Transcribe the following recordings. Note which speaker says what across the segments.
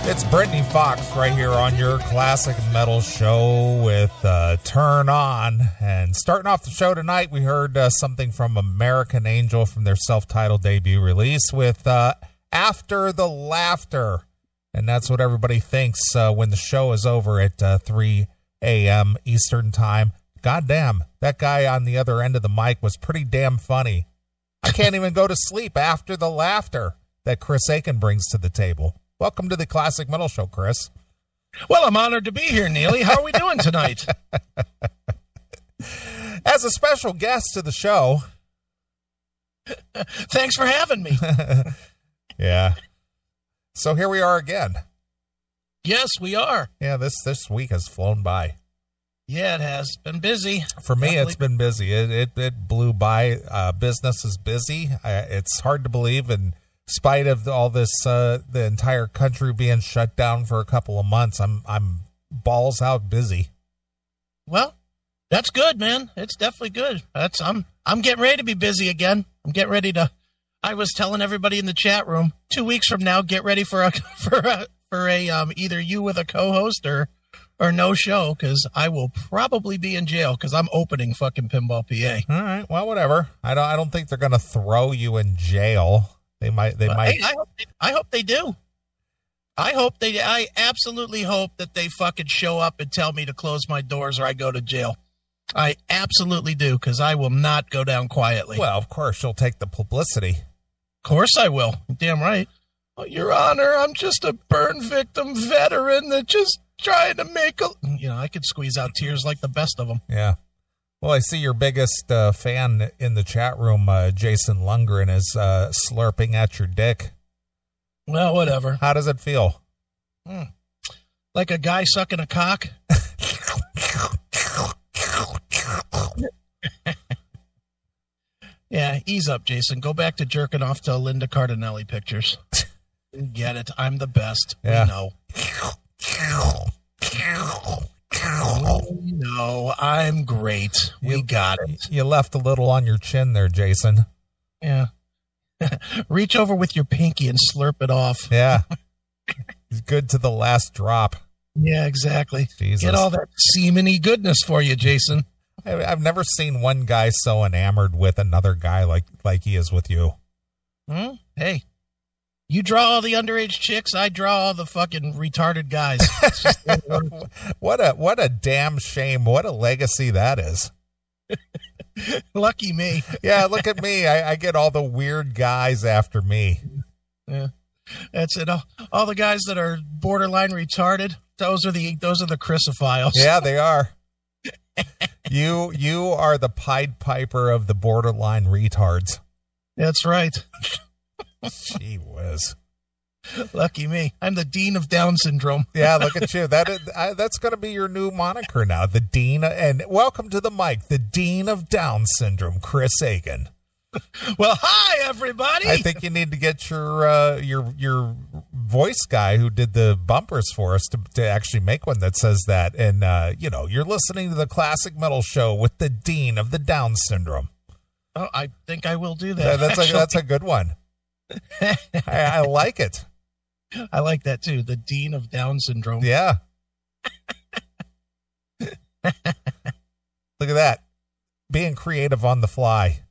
Speaker 1: It's Brittany Fox right here on your classic metal show with uh, Turn On. And starting off the show tonight, we heard uh, something from American Angel from their self titled debut release with uh, After the Laughter. And that's what everybody thinks uh, when the show is over at uh, 3 a.m. Eastern Time. Goddamn, that guy on the other end of the mic was pretty damn funny. I can't even go to sleep after the laughter that Chris Aiken brings to the table. Welcome to the Classic Metal Show, Chris.
Speaker 2: Well, I'm honored to be here, Neely. How are we doing tonight?
Speaker 1: As a special guest to the show,
Speaker 2: Thanks for having me.
Speaker 1: yeah. So here we are again.
Speaker 2: Yes, we are.
Speaker 1: Yeah, this this week has flown by.
Speaker 2: Yeah, it has been busy.
Speaker 1: For me,
Speaker 2: Definitely.
Speaker 1: it's been busy. It it, it blew by. Uh, business is busy. I, it's hard to believe, in spite of all this, uh, the entire country being shut down for a couple of months. I'm I'm balls out busy.
Speaker 2: Well, that's good, man. It's definitely good. That's I'm I'm getting ready to be busy again. I'm getting ready to. I was telling everybody in the chat room two weeks from now, get ready for a for a for a um either you with a co-host or or no show because I will probably be in jail because I'm opening fucking pinball PA.
Speaker 1: All right. Well, whatever. I don't I don't think they're gonna throw you in jail. They might. They
Speaker 2: But,
Speaker 1: might.
Speaker 2: hey, I hope they, I hope they do. I hope they. I absolutely hope that they fucking show up and tell me to close my doors or I go to jail. I absolutely do because I will not go down quietly.
Speaker 1: Well, of course, you'll take the publicity.
Speaker 2: of course I will. Damn right. Well, Your Honor, I'm just a burn victim veteran that just trying to make a. You know, I could squeeze out tears like the best of them.
Speaker 1: Yeah. Well, I see your biggest uh, fan in the chat room, uh, Jason Lundgren, is uh, slurping at your dick.
Speaker 2: Well, whatever.
Speaker 1: How does it feel?
Speaker 2: Like a guy sucking a cock. Yeah, ease up, Jason. Go back to jerking off to Linda Cardinelli pictures. Get it. I'm the best.
Speaker 1: Yeah.
Speaker 2: We know. We know. I'm great. We
Speaker 1: You-
Speaker 2: got it.
Speaker 1: You left a little on your chin there, Jason.
Speaker 2: Yeah. Reach over with your pinky and slurp it off.
Speaker 1: Yeah. It's Good to the last drop.
Speaker 2: Yeah, exactly.
Speaker 1: Jesus.
Speaker 2: Get all that semeny goodness for you, Jason.
Speaker 1: I, I've never seen one guy so enamored with another guy like like he is with you.
Speaker 2: Hmm? Hey, you draw all the underage chicks. I draw all the fucking retarded guys. It's just-
Speaker 1: What a what a damn shame. What a legacy that is.
Speaker 2: lucky me.
Speaker 1: Yeah, look at me. I, I get all the weird guys after me.
Speaker 2: That's it. All, all the guys that are borderline retarded. Those are the those are the Chrysophiles.
Speaker 1: Yeah, they are. You you are the Pied Piper of the borderline retards.
Speaker 2: That's right.
Speaker 1: Gee whiz.
Speaker 2: Lucky me. I'm the dean of Down syndrome.
Speaker 1: Yeah, look at you. That is, I, that's going to be your new moniker now. The dean and welcome to the mic, the dean of Down syndrome, Chris Aiken.
Speaker 2: Well, hi everybody.
Speaker 1: I think you need to get your uh, your your voice guy who did the bumpers for us to, to actually make one that says that. And uh, you know, you're listening to the classic metal show with the dean of the Down syndrome.
Speaker 2: oh, I think I will do
Speaker 1: Yeah,
Speaker 2: that.
Speaker 1: that's a,
Speaker 2: actually.
Speaker 1: that's a good one. I, I like it.
Speaker 2: I like that too. The dean of Down syndrome.
Speaker 1: Yeah. Look at that. Being creative on the fly.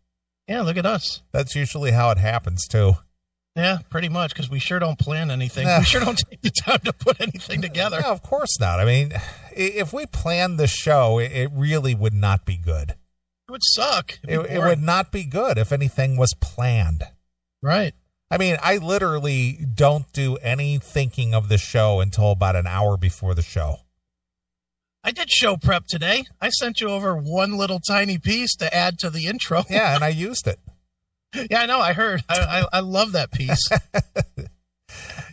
Speaker 2: Yeah, look at us.
Speaker 1: That's usually how it happens too.
Speaker 2: Yeah, pretty much because we sure don't plan anything.
Speaker 1: Yeah.
Speaker 2: We sure don't take the time to put anything together.
Speaker 1: No, of course not. I mean, i- if we planned the show, it- it really would not be good.
Speaker 2: It would suck. It'd be
Speaker 1: It, it
Speaker 2: boring.
Speaker 1: would not be good if anything was planned.
Speaker 2: Right.
Speaker 1: I mean, I literally don't do any thinking of the show until about an hour before the show.
Speaker 2: I did show prep today. I sent you over one little tiny piece to add to the intro.
Speaker 1: Yeah, and I used it.
Speaker 2: Yeah, I know. I heard. I, I, I love that piece.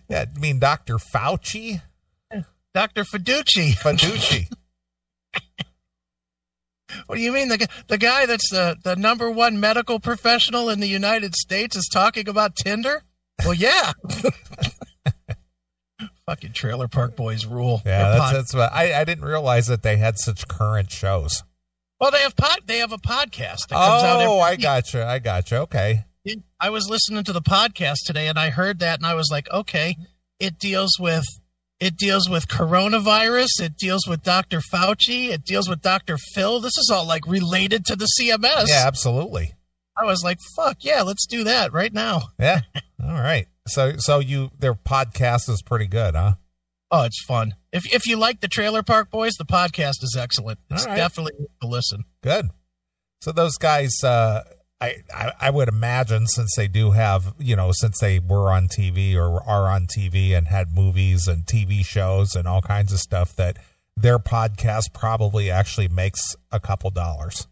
Speaker 1: Yeah, I mean, Dr. Fauci,
Speaker 2: Dr. Fiducci.
Speaker 1: Faducci.
Speaker 2: What do you mean? The, gu- the guy that's the, the number one medical professional in the United States is talking about Tinder? Well, yeah. Fucking Trailer Park Boys rule.
Speaker 1: Yeah,
Speaker 2: They're
Speaker 1: that's,
Speaker 2: pod-
Speaker 1: that's what I, I didn't realize that they had such current shows.
Speaker 2: well, they have pod, they have a podcast that comes out every
Speaker 1: Oh, I gotcha. I gotcha. Okay.
Speaker 2: I was listening to the podcast today and I heard that and I was like, okay, it deals with It deals with coronavirus. It deals with Dr. Fauci. It deals with Dr. Phil. This is all like related to the CMS.
Speaker 1: Yeah, absolutely.
Speaker 2: I was like, fuck yeah, let's do that right now.
Speaker 1: Yeah. All right. So so you their podcast is pretty good, huh?
Speaker 2: Oh, it's fun. If if you like the Trailer Park Boys, the podcast is excellent. It's
Speaker 1: All right.
Speaker 2: definitely worth a listen.
Speaker 1: Good. So those guys, uh, I, I I would imagine since they do have you know since they were on TV or are on TV and had movies and TV shows and all kinds of stuff that their podcast probably actually makes a couple dollars.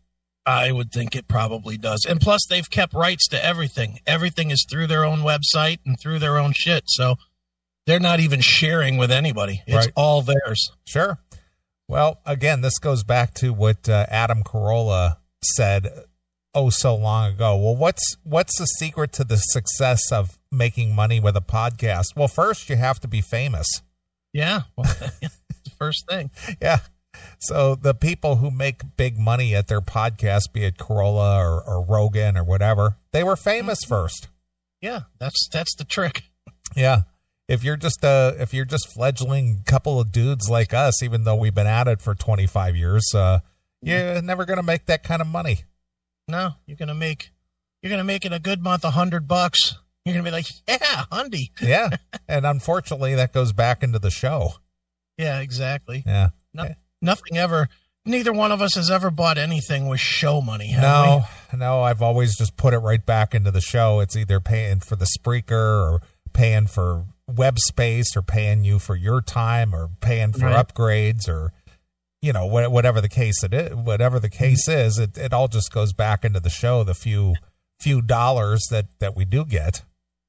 Speaker 2: I would think it probably does. And plus, they've kept rights to everything. Everything is through their own website and through their own shit. So they're not even sharing with anybody. It's
Speaker 1: Right.
Speaker 2: all theirs.
Speaker 1: Sure. Well, again, this goes back to what uh, Adam Carolla said oh so long ago. Well, what's what's the secret to the success of making money with a podcast? Well, first you have to be famous.
Speaker 2: Yeah. Well, the first thing.
Speaker 1: Yeah. So the people who make big money at their podcast, be it Corolla or, or Rogan or whatever, they were famous first.
Speaker 2: Yeah. That's that's the trick.
Speaker 1: Yeah. If you're just a if you're just fledgling couple of dudes like us, even though we've been at it for 25 years, uh, you're never gonna make that kind of money.
Speaker 2: No, you're gonna make you're gonna make in a good month a hundred bucks. You're gonna be like, yeah, hundy.
Speaker 1: Yeah, and unfortunately, that goes back into the show.
Speaker 2: Yeah, exactly.
Speaker 1: Yeah.
Speaker 2: Nothing ever. Neither one of us has ever bought anything with show money. Have we?
Speaker 1: No, no, I've always just put it right back into the show. It's either paying for the Spreaker or paying for web space or paying you for your time or paying for
Speaker 2: Right.
Speaker 1: upgrades or you know wha- whatever the case it is, whatever the case is, it, it all just goes back into the show. The few few dollars that that we do get.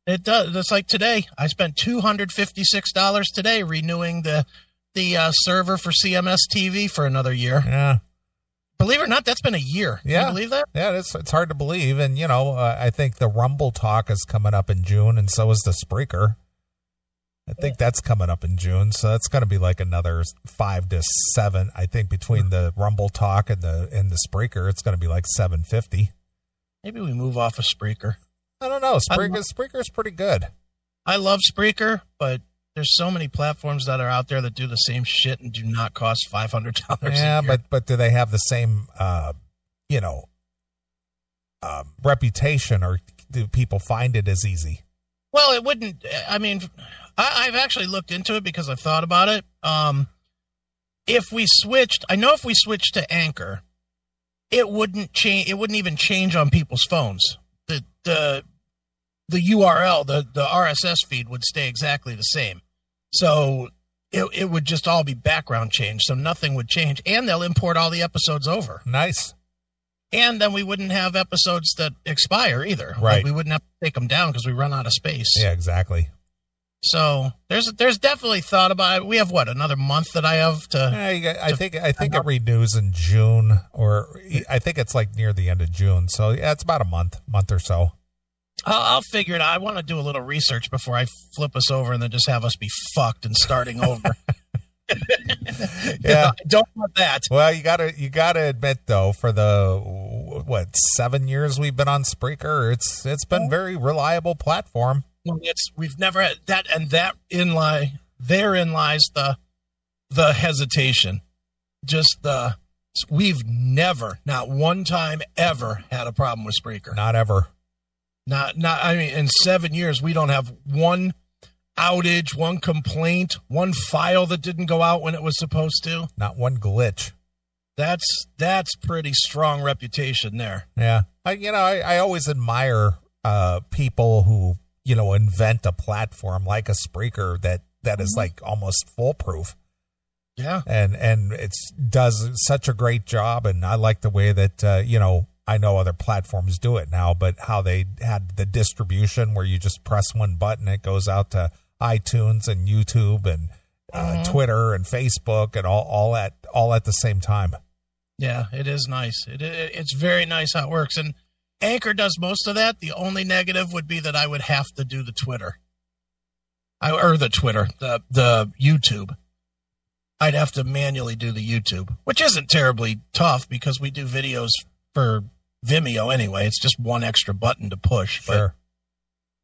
Speaker 2: It does. It's like today. I spent two hundred fifty six dollars today renewing the the uh, server for CMS TV for another year.
Speaker 1: Yeah.
Speaker 2: Believe it or not, that's been a year. Can you
Speaker 1: Yeah.
Speaker 2: believe that?
Speaker 1: Yeah, it's it's hard to believe, and you know, uh, I think the Rumble talk is coming up in June, and so is the Spreaker. I think that's coming up in June, so that's going to be like another five to seven. I think between the Rumble talk and the and the Spreaker, it's going to be like seven fifty.
Speaker 2: Maybe we move off of Spreaker.
Speaker 1: I don't know.
Speaker 2: I
Speaker 1: Spreaker Spreaker's pretty good.
Speaker 2: I love Spreaker, but there's so many platforms that are out there that do the same shit and do not cost five hundred dollars.
Speaker 1: Yeah, but but do they have the same, uh, you know, uh, reputation, or do people find it as easy?
Speaker 2: Well, it wouldn't. I mean, I, I've actually looked into it because I've thought about it. Um, if we switched, I know if we switched to Anchor, it wouldn't change. It wouldn't even change on people's phones. The the the URL, the the RSS feed would stay exactly the same. So it it would just all be background change. So nothing would change, and they'll import all the episodes over
Speaker 1: Nice.
Speaker 2: and then we wouldn't have episodes that expire either. Like,
Speaker 1: Right.
Speaker 2: we wouldn't have to take them down because we run out of space.
Speaker 1: Yeah, exactly.
Speaker 2: So there's there's definitely thought about it. We have what another month that I have to.
Speaker 1: Yeah, you got- I think I think it renews in June, or e, I think it's like near the end of June. So yeah, it's about a month, month or so.
Speaker 2: I'll, I'll figure it out. I want to do a little research before I flip us over and then just have us be fucked and starting over.
Speaker 1: Yeah.
Speaker 2: I don't want that.
Speaker 1: Well, you gotta you gotta admit though, for the what seven years we've been on Spreaker, it's it's been a very reliable platform.
Speaker 2: It's we've never had that, and that in lie therein lies the the hesitation. Just the we've never, not one time ever, had a problem with Spreaker.
Speaker 1: Not ever.
Speaker 2: Not, not. I mean, in seven years, we don't have one outage, one complaint, one file that didn't go out when it was supposed to.
Speaker 1: Not one glitch.
Speaker 2: That's that's pretty strong reputation there.
Speaker 1: Yeah. I, you know, I, I always admire uh, people who, you know, invent a platform like a Spreaker that, that is like almost foolproof.
Speaker 2: Yeah,
Speaker 1: and and it's does such a great job and i like the way that uh, you know i know other platforms do it now but how they had the distribution where you just press one button it goes out to itunes and youtube and uh,
Speaker 2: Mm-hmm.
Speaker 1: twitter and facebook and all, all at all at the same time
Speaker 2: yeah. It is nice. It, it it's very nice how it works. And Anchor does most of that. The only negative would be that I would have to do the Twitter, I or the Twitter, the the YouTube. I'd have to manually do the YouTube, which isn't terribly tough because we do videos for Vimeo anyway. It's just one extra button to push, but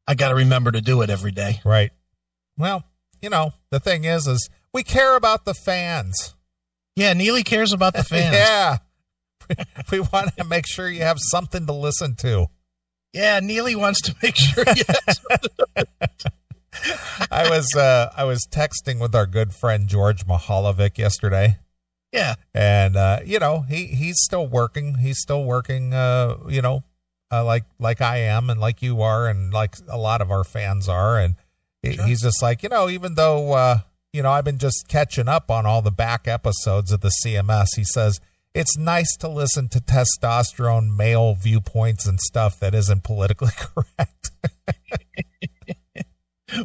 Speaker 2: I got to remember to do it every day.
Speaker 1: right well you know, the thing is, is we care about the fans.
Speaker 2: Yeah, Neely cares about the fans.
Speaker 1: Yeah. we want to make sure you have something to listen to.
Speaker 2: Yeah, Neely wants to make sure. Yes.
Speaker 1: I was uh, I was texting with our good friend George Mahalovic yesterday,
Speaker 2: yeah,
Speaker 1: and uh, you know he he's still working. He's still working. Uh, you know, uh, like like I am, and like you are, and like a lot of our fans are. And he-
Speaker 2: Sure.
Speaker 1: he's just like you know, even though uh, you know I've been just catching up on all the back episodes of the CMS. He says it's nice to listen to testosterone male viewpoints and stuff that isn't politically correct.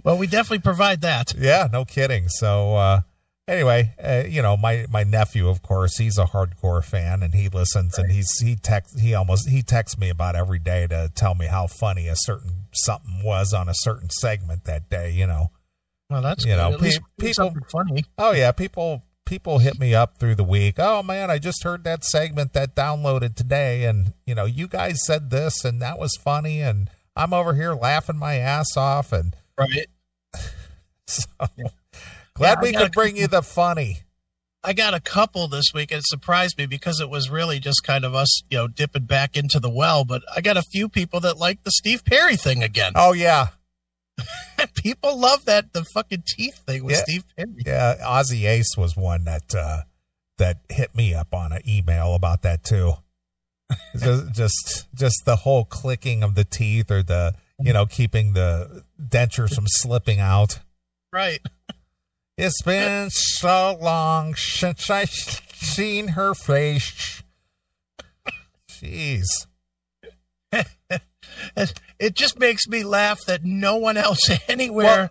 Speaker 2: well, we definitely provide that.
Speaker 1: Yeah, no kidding. So uh, anyway, uh, you know, my my nephew, of course, he's a hardcore fan, and he listens, and he's he text he almost he texts me about every day to tell me how funny a certain something was on a certain segment that day. You know,
Speaker 2: Well, that's
Speaker 1: You
Speaker 2: good.
Speaker 1: know,
Speaker 2: At least
Speaker 1: pe-
Speaker 2: we do
Speaker 1: people-
Speaker 2: something funny.
Speaker 1: oh yeah, people people hit me up through the week. Oh man, I just heard that segment that downloaded today, and you know, you guys said this, and that was funny, and I'm over here laughing my ass off, and
Speaker 2: Right.
Speaker 1: so glad
Speaker 2: I
Speaker 1: we
Speaker 2: gotta
Speaker 1: could bring you the funny.
Speaker 2: I got a couple this week. It surprised me because it was really just kind of us, you know, dipping back into the well. But I got a few people that like the Steve Perry thing again.
Speaker 1: Oh yeah.
Speaker 2: people love that the fucking teeth thing with
Speaker 1: Yeah.
Speaker 2: Steve Perry.
Speaker 1: Yeah, Ozzy Ace was one that uh, that hit me up on an email about that too. just, just just the whole clicking of the teeth or the you know keeping the dentures from slipping out.
Speaker 2: Right.
Speaker 1: It's been so long since I seen her face. Jeez.
Speaker 2: It it just makes me laugh that no one else
Speaker 1: Well-
Speaker 2: anywhere i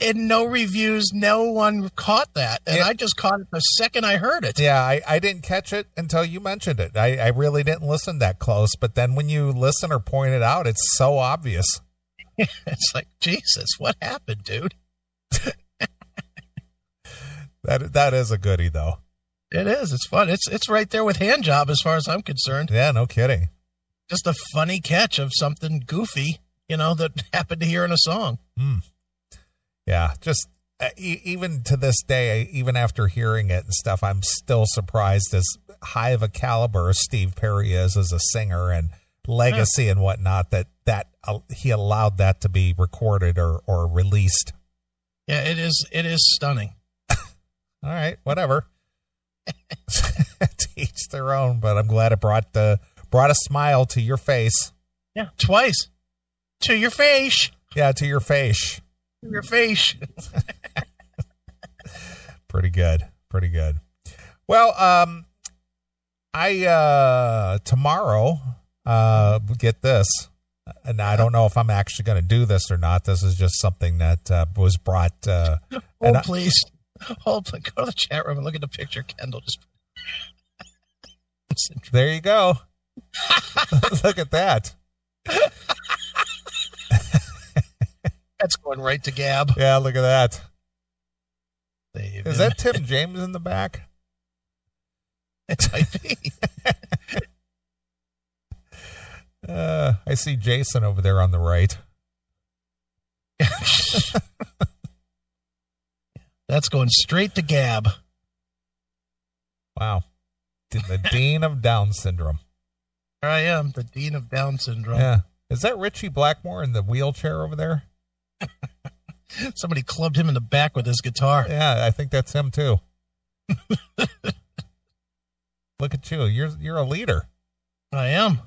Speaker 2: in no reviews, no one caught that. And
Speaker 1: Yeah.
Speaker 2: I just caught it the second I heard it.
Speaker 1: Yeah, I, I didn't catch it until you mentioned it. I, I really didn't listen that close, but then when you listen or point it out, it's so obvious.
Speaker 2: It's like, Jesus, what happened, dude?
Speaker 1: That that is a goodie though.
Speaker 2: It is. It's fun. It's it's right there with hand job as far as I'm concerned.
Speaker 1: Yeah, no kidding.
Speaker 2: Just a funny catch of something goofy, you know, that happened to hear in a song.
Speaker 1: Yeah, just uh, e- even to this day, even after hearing it and stuff, I'm still surprised as high of a caliber as Steve Perry is as a singer and legacy and whatnot that that uh, he allowed that to be recorded or or released.
Speaker 2: Yeah, it is it is stunning.
Speaker 1: All right, whatever. to each their own, but I'm glad it brought the brought a smile to your face.
Speaker 2: Yeah. Twice. To your face.
Speaker 1: Yeah, to your face.
Speaker 2: To your face.
Speaker 1: pretty good pretty good well um i uh tomorrow uh get this and i don't know if i'm actually going to do this or not this is just something that uh, was brought uh
Speaker 2: Oh
Speaker 1: And I-
Speaker 2: please. Oh please go to the chat room and look at the picture Kendall just
Speaker 1: there you go look at that
Speaker 2: That's going right to Gab.
Speaker 1: yeah look at that
Speaker 2: Dave,
Speaker 1: is that tim james in the back
Speaker 2: it might be.
Speaker 1: uh i see jason over there on the right
Speaker 2: That's going straight to Gab.
Speaker 1: wow the dean of down syndrome
Speaker 2: Here I am, the dean of Down syndrome.
Speaker 1: yeah is that richie blackmore in the wheelchair over there
Speaker 2: Somebody clubbed him in the back with his guitar.
Speaker 1: Yeah, I think that's him too. Look at you. You're you're a leader.
Speaker 2: I am.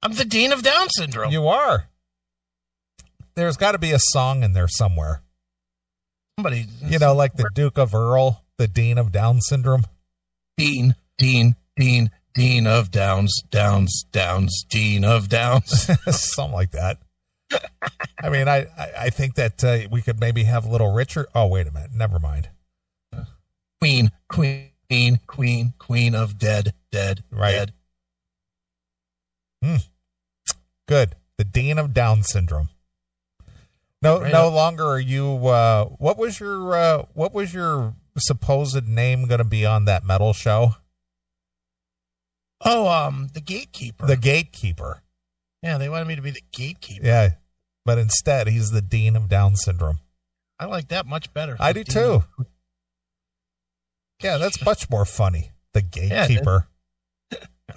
Speaker 2: I'm the dean of Down syndrome.
Speaker 1: You are. There's got to be a song in there somewhere.
Speaker 2: Somebody,
Speaker 1: You know, like the Duke of Earl, the Dean of Down syndrome.
Speaker 2: dean, dean, dean, dean of Downs, Downs, Downs, dean of Downs.
Speaker 1: something like that. I mean, I I, I think that uh, we could maybe have little Richard. Oh, wait a minute. Never mind.
Speaker 2: queen, queen, queen, queen, queen of dead, dead,
Speaker 1: Right.
Speaker 2: dead.
Speaker 1: Good. The Dean of Down syndrome. No,
Speaker 2: Right
Speaker 1: no
Speaker 2: up.
Speaker 1: longer are you. Uh, what was your uh, What was your supposed name going to be on that metal show?
Speaker 2: Oh, um, the gatekeeper.
Speaker 1: The gatekeeper.
Speaker 2: yeah, they wanted me to be the gatekeeper.
Speaker 1: Yeah, but instead he's the Dean of Down syndrome.
Speaker 2: I like that much better.
Speaker 1: I do too. Yeah, that's much more funny. The
Speaker 2: Yeah, it is.
Speaker 1: gatekeeper.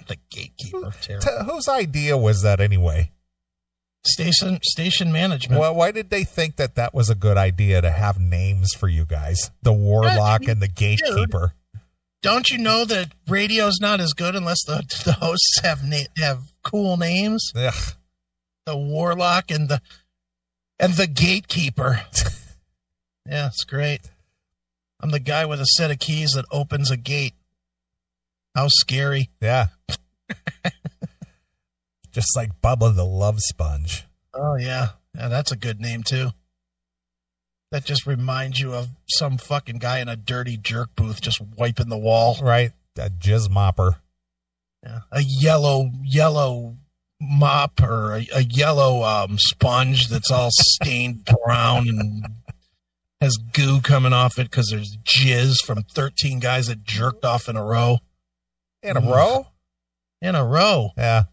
Speaker 2: The gatekeeper. Terrible.
Speaker 1: T- whose idea was that anyway?
Speaker 2: Station station management.
Speaker 1: Well, why did they think that that was a good idea to have names for you guys? The warlock and the gatekeeper.
Speaker 2: Don't you know that radio's not as good unless the, the hosts have na- have cool names?
Speaker 1: Ugh.
Speaker 2: The warlock and the and the gatekeeper. yeah, it's great. I'm the guy with a set of keys that opens a gate. How scary.
Speaker 1: Yeah. Just like Bubba the Love Sponge.
Speaker 2: Oh yeah. Yeah, that's a good name too. That just reminds you of some fucking guy in a dirty jerk booth just wiping the wall.
Speaker 1: Right? A jizz mopper.
Speaker 2: Yeah. A yellow yellow mop or a, a yellow um, sponge that's all stained brown and has goo coming off it because there's jizz from 13 guys that jerked off in a row.
Speaker 1: In a
Speaker 2: Ugh.
Speaker 1: row?
Speaker 2: In a row.
Speaker 1: Yeah.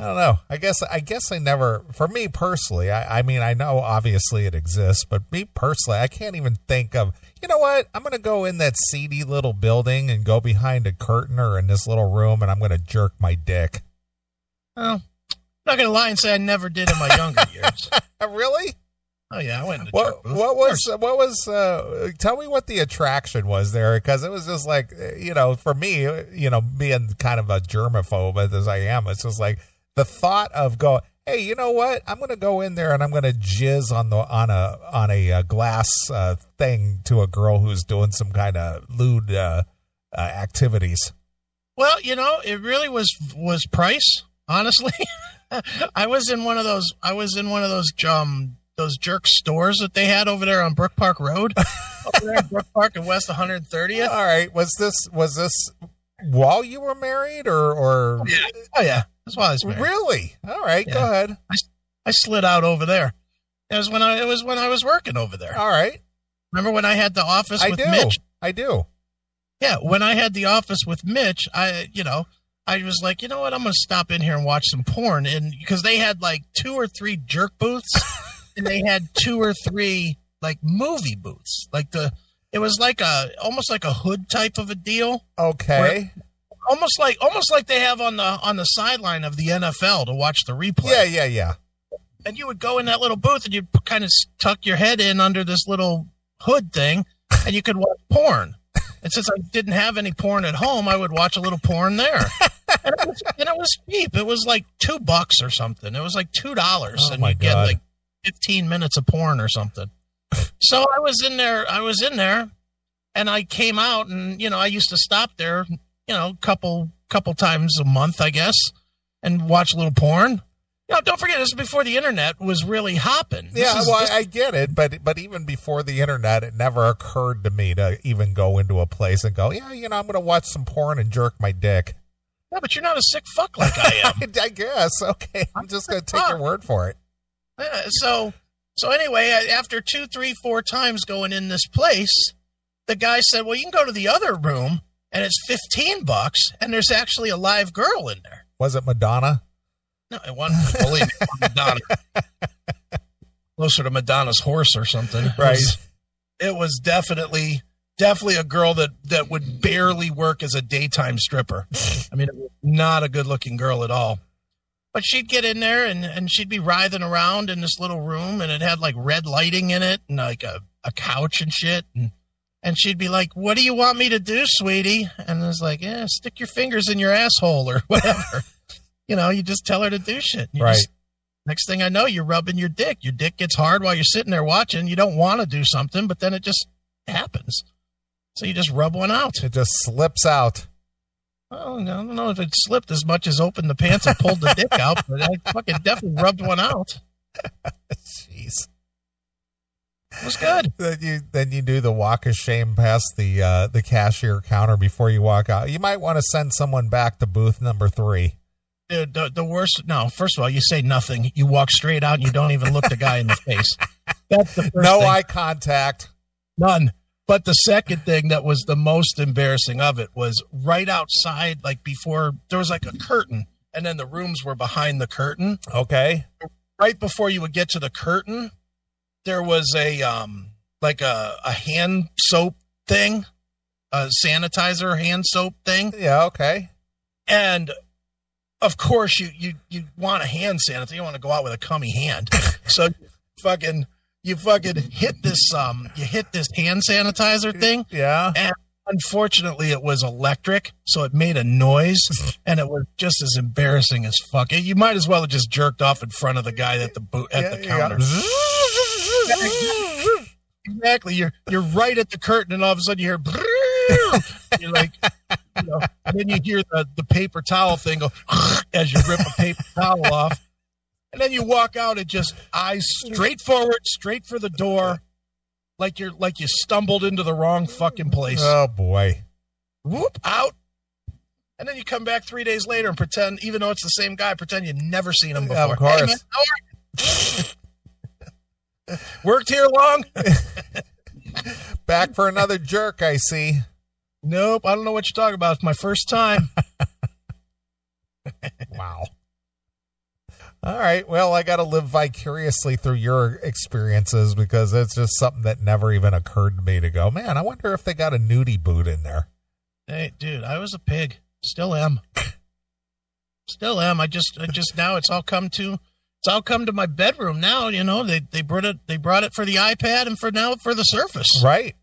Speaker 1: I don't know. I guess I guess I never for me personally, I, I mean I know obviously it exists, but me personally, I can't even think of you know what? I'm gonna go in that seedy little building and go behind a curtain or in this little room and I'm gonna jerk my dick.
Speaker 2: Well, I'm not going to lie and say I never did in my younger years.
Speaker 1: Uh, really?
Speaker 2: Oh, yeah, I went into
Speaker 1: What
Speaker 2: jerk booth.
Speaker 1: what
Speaker 2: Of course.
Speaker 1: was what was uh tell me what the attraction was there because it was just like uh, you know for me you know being kind of a germaphobe as I am it's just like the thought of go hey you know what I'm gonna go in there and I'm gonna jizz on the on a on a uh, glass uh, thing to a girl who's doing some kind of lewd uh, uh, activities
Speaker 2: Well, you know, it really was was price. Honestly, I was in one of those. I was in one of those um those jerk stores that they had over there on Brook Park Road, over there on Brook Park and West 130th.
Speaker 1: all right was this was this while you were married or or
Speaker 2: Yeah. Oh yeah, that's why I was married.
Speaker 1: really all right go
Speaker 2: Yeah.
Speaker 1: ahead
Speaker 2: I slid out over there. It was when I it was when I was working over there.
Speaker 1: all right
Speaker 2: Remember when I had the office
Speaker 1: Uh, I
Speaker 2: with
Speaker 1: do
Speaker 2: Mitch?
Speaker 1: I do.
Speaker 2: Yeah, when I had the office with Mitch, I you know, I was like, you know what, I'm gonna stop in here and watch some porn, and because they had like two or three jerk booths, and they had two or three like movie booths, like the it was like a almost like a hood type of a deal,
Speaker 1: Okay.
Speaker 2: almost like almost like they have on the on the sideline of the NFL to watch the replay.
Speaker 1: Yeah, yeah, yeah.
Speaker 2: and you would go in that little booth and you'd kind of tuck your head in under this little hood thing and you could watch porn and since i didn't have any porn at home i would watch a little porn there and it was, and it was cheap it was like two bucks or something it was like two dollars
Speaker 1: Oh
Speaker 2: and
Speaker 1: my
Speaker 2: you get
Speaker 1: God.
Speaker 2: like 15 minutes of porn or something so i was in there i was in there and i came out and you know i used to stop there you know couple couple times a month i guess and watch a little porn you know, don't forget this is before the internet was really hopping This
Speaker 1: Yeah,
Speaker 2: is-
Speaker 1: well,
Speaker 2: this-
Speaker 1: I get it, but but even before the internet, it never occurred to me to even go into a place and go, yeah, you know, I'm going to watch some porn and jerk my dick.
Speaker 2: yeah, but you're not a sick fuck like i am
Speaker 1: I, I guess okay. I'm just going to take your word for it.
Speaker 2: Yeah, so so anyway, I- after two, three, four times going in this place, the guy said, "Well, you can go to the other room, and it's fifteen bucks, and there's actually a live girl in there."
Speaker 1: Was it Madonna?
Speaker 2: No, it wasn't. Believe me, it wasn't Madonna. Closer to Madonna's horse or something, It
Speaker 1: Right.
Speaker 2: was- It was definitely definitely a girl that that would barely work as a daytime stripper. I mean, it was not a good looking girl at all. But she'd get in there and, and she'd be writhing around in this little room and it had like red lighting in it and like a, a couch and shit. And, and she'd be like, What do you want me to do, sweetie? And I was like, Yeah, stick your fingers in your asshole or whatever. you know, you just tell her to do shit. You
Speaker 1: Right.
Speaker 2: just- next thing I know, you're rubbing your dick. Your dick gets hard while you're sitting there watching. You don't want to do something, but then it just happens. So you just rub one out.
Speaker 1: It just slips out.
Speaker 2: Well, I don't know if it slipped as much as opened the pants and pulled the dick out, but I fucking definitely rubbed one out.
Speaker 1: Jeez.
Speaker 2: It was good.
Speaker 1: Then you then you do the walk of shame past the uh, the cashier counter before you walk out. You might want to send someone back to booth number three.
Speaker 2: Dude, the, the worst. No, first of all, you say nothing. You walk straight out and you don't even look the guy in the face. That's the first
Speaker 1: no
Speaker 2: thing.
Speaker 1: eye contact.
Speaker 2: None. But the second thing that was the most embarrassing of it was right outside, like before there was like a curtain, and then the rooms were behind the curtain.
Speaker 1: Okay.
Speaker 2: Right before you would get to the curtain, there was a um like a, a hand soap thing, a sanitizer hand soap thing,
Speaker 1: Yeah, okay.
Speaker 2: and of course you you you want a hand sanitizer. You don't want to go out with a cummy hand, so fucking you fucking hit this um you hit this hand sanitizer thing.
Speaker 1: Yeah.
Speaker 2: Unfortunately, it was electric, so it made a noise, and it was just as embarrassing as fuck. You might as well have just jerked off in front of the guy at the boot at
Speaker 1: yeah,
Speaker 2: the
Speaker 1: you
Speaker 2: counter.
Speaker 1: got-
Speaker 2: Exactly. You're you're right at the curtain, and all of a sudden you hear. "Brrrr." You're like, you know, and then you hear the, the paper towel thing go as you rip a paper towel off, and then you walk out and just eyes straight forward, straight for the door, like you're like you stumbled into the wrong fucking place.
Speaker 1: Oh boy.
Speaker 2: Whoop out, and then you come back three days later and pretend, even though it's the same guy, pretend you've never seen him before.
Speaker 1: Yeah, of
Speaker 2: Hey,
Speaker 1: course.
Speaker 2: man, how are you? Worked here long?
Speaker 1: Back for another jerk, I see.
Speaker 2: Nope, I don't know what you're talking about. It's my first time.
Speaker 1: Wow. All right. Well, I got to live vicariously through your experiences because it's just something that never even occurred to me to go, man, I wonder if they got a nudie boot in there.
Speaker 2: hey, dude, I was a pig. Still am. Still am. I just, I just now it's all come to, it's all come to my bedroom now. You know, they they brought it, they brought it for the iPad and for now for the Surface.
Speaker 1: Right.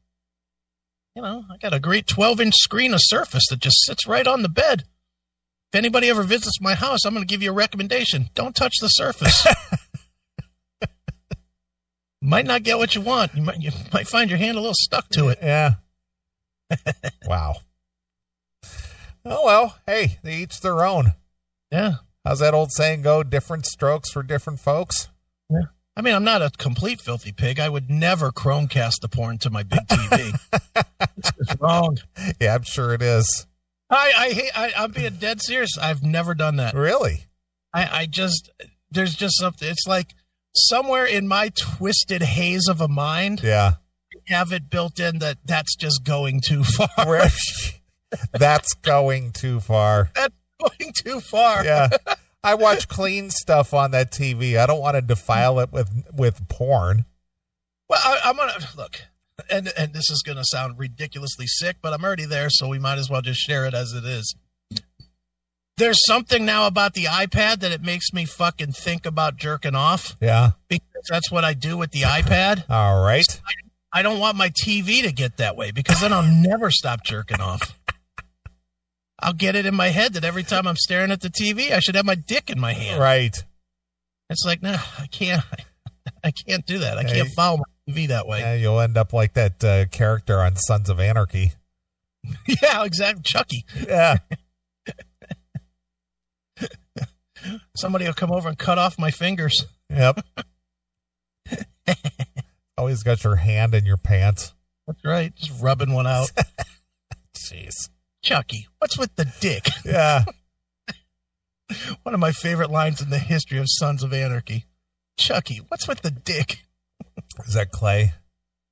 Speaker 2: You know, I got a great 12 inch screen of Surface that just sits right on the bed. If anybody ever visits my house, I'm going to give you a recommendation. Don't touch the Surface. might not get what you want. You might, you might find your hand a little stuck to it.
Speaker 1: Yeah. wow. Oh, well. Hey, they each their own.
Speaker 2: Yeah.
Speaker 1: How's that old saying go? Different strokes for different folks.
Speaker 2: I mean, I'm not a complete filthy pig. I would never Chromecast the porn to my big TV. This is wrong.
Speaker 1: Yeah, I'm sure it is.
Speaker 2: I, I hate, I, I'm being dead serious. I've never done that.
Speaker 1: Really?
Speaker 2: I, I just, there's just something. It's like somewhere in my twisted haze of a mind,
Speaker 1: Yeah.
Speaker 2: I have it built in that that's just going too far.
Speaker 1: We're- That's going too far.
Speaker 2: going too far.
Speaker 1: Yeah. I watch clean stuff on that TV. I don't want to defile it with with porn.
Speaker 2: Well, I, I'm gonna look, and and this is gonna sound ridiculously sick, but I'm already there, so we might as well just share it as it is. There's something now about the iPad that it makes me fucking think about jerking off
Speaker 1: Yeah.
Speaker 2: because that's what I do with the iPad.
Speaker 1: All right.
Speaker 2: I don't want my TV to get that way because then I'll never stop jerking off. I'll get it in my head that every time I'm staring at the TV, I should have my dick in my hand.
Speaker 1: Right.
Speaker 2: It's like, nah, I can't. I can't do that. I can't
Speaker 1: Hey.
Speaker 2: follow my TV that way.
Speaker 1: Yeah, you'll end up like that uh, character on Sons of Anarchy.
Speaker 2: yeah exactly. Chucky.
Speaker 1: Yeah.
Speaker 2: somebody will come over and cut off my fingers.
Speaker 1: Yep. Always got your hand in your pants.
Speaker 2: That's right. Just rubbing one out.
Speaker 1: Jeez.
Speaker 2: Chucky, what's with the dick?
Speaker 1: Yeah.
Speaker 2: One of my favorite lines in the history of Sons of Anarchy. Chucky, what's with the dick?
Speaker 1: Is that Clay?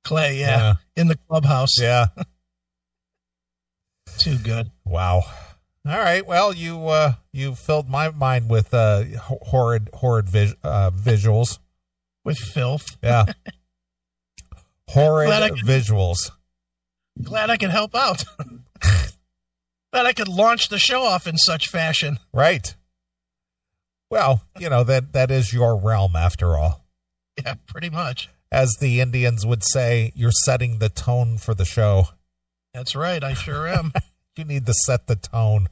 Speaker 2: Clay, yeah, in the clubhouse.
Speaker 1: Yeah. Yeah.
Speaker 2: Too good.
Speaker 1: Wow. All right. Well, you uh you filled my mind with uh ho- horrid horrid vis- uh, visuals.
Speaker 2: With filth.
Speaker 1: Yeah. Horrid
Speaker 2: Glad I could-
Speaker 1: visuals.
Speaker 2: Glad I could help out. Glad I could launch the show off in such fashion.
Speaker 1: Right. Well, you know, that that is your realm after all.
Speaker 2: Yeah, pretty much.
Speaker 1: As the Indians would say, you're setting the tone for the show.
Speaker 2: That's right. I sure am.
Speaker 1: You need to set the tone.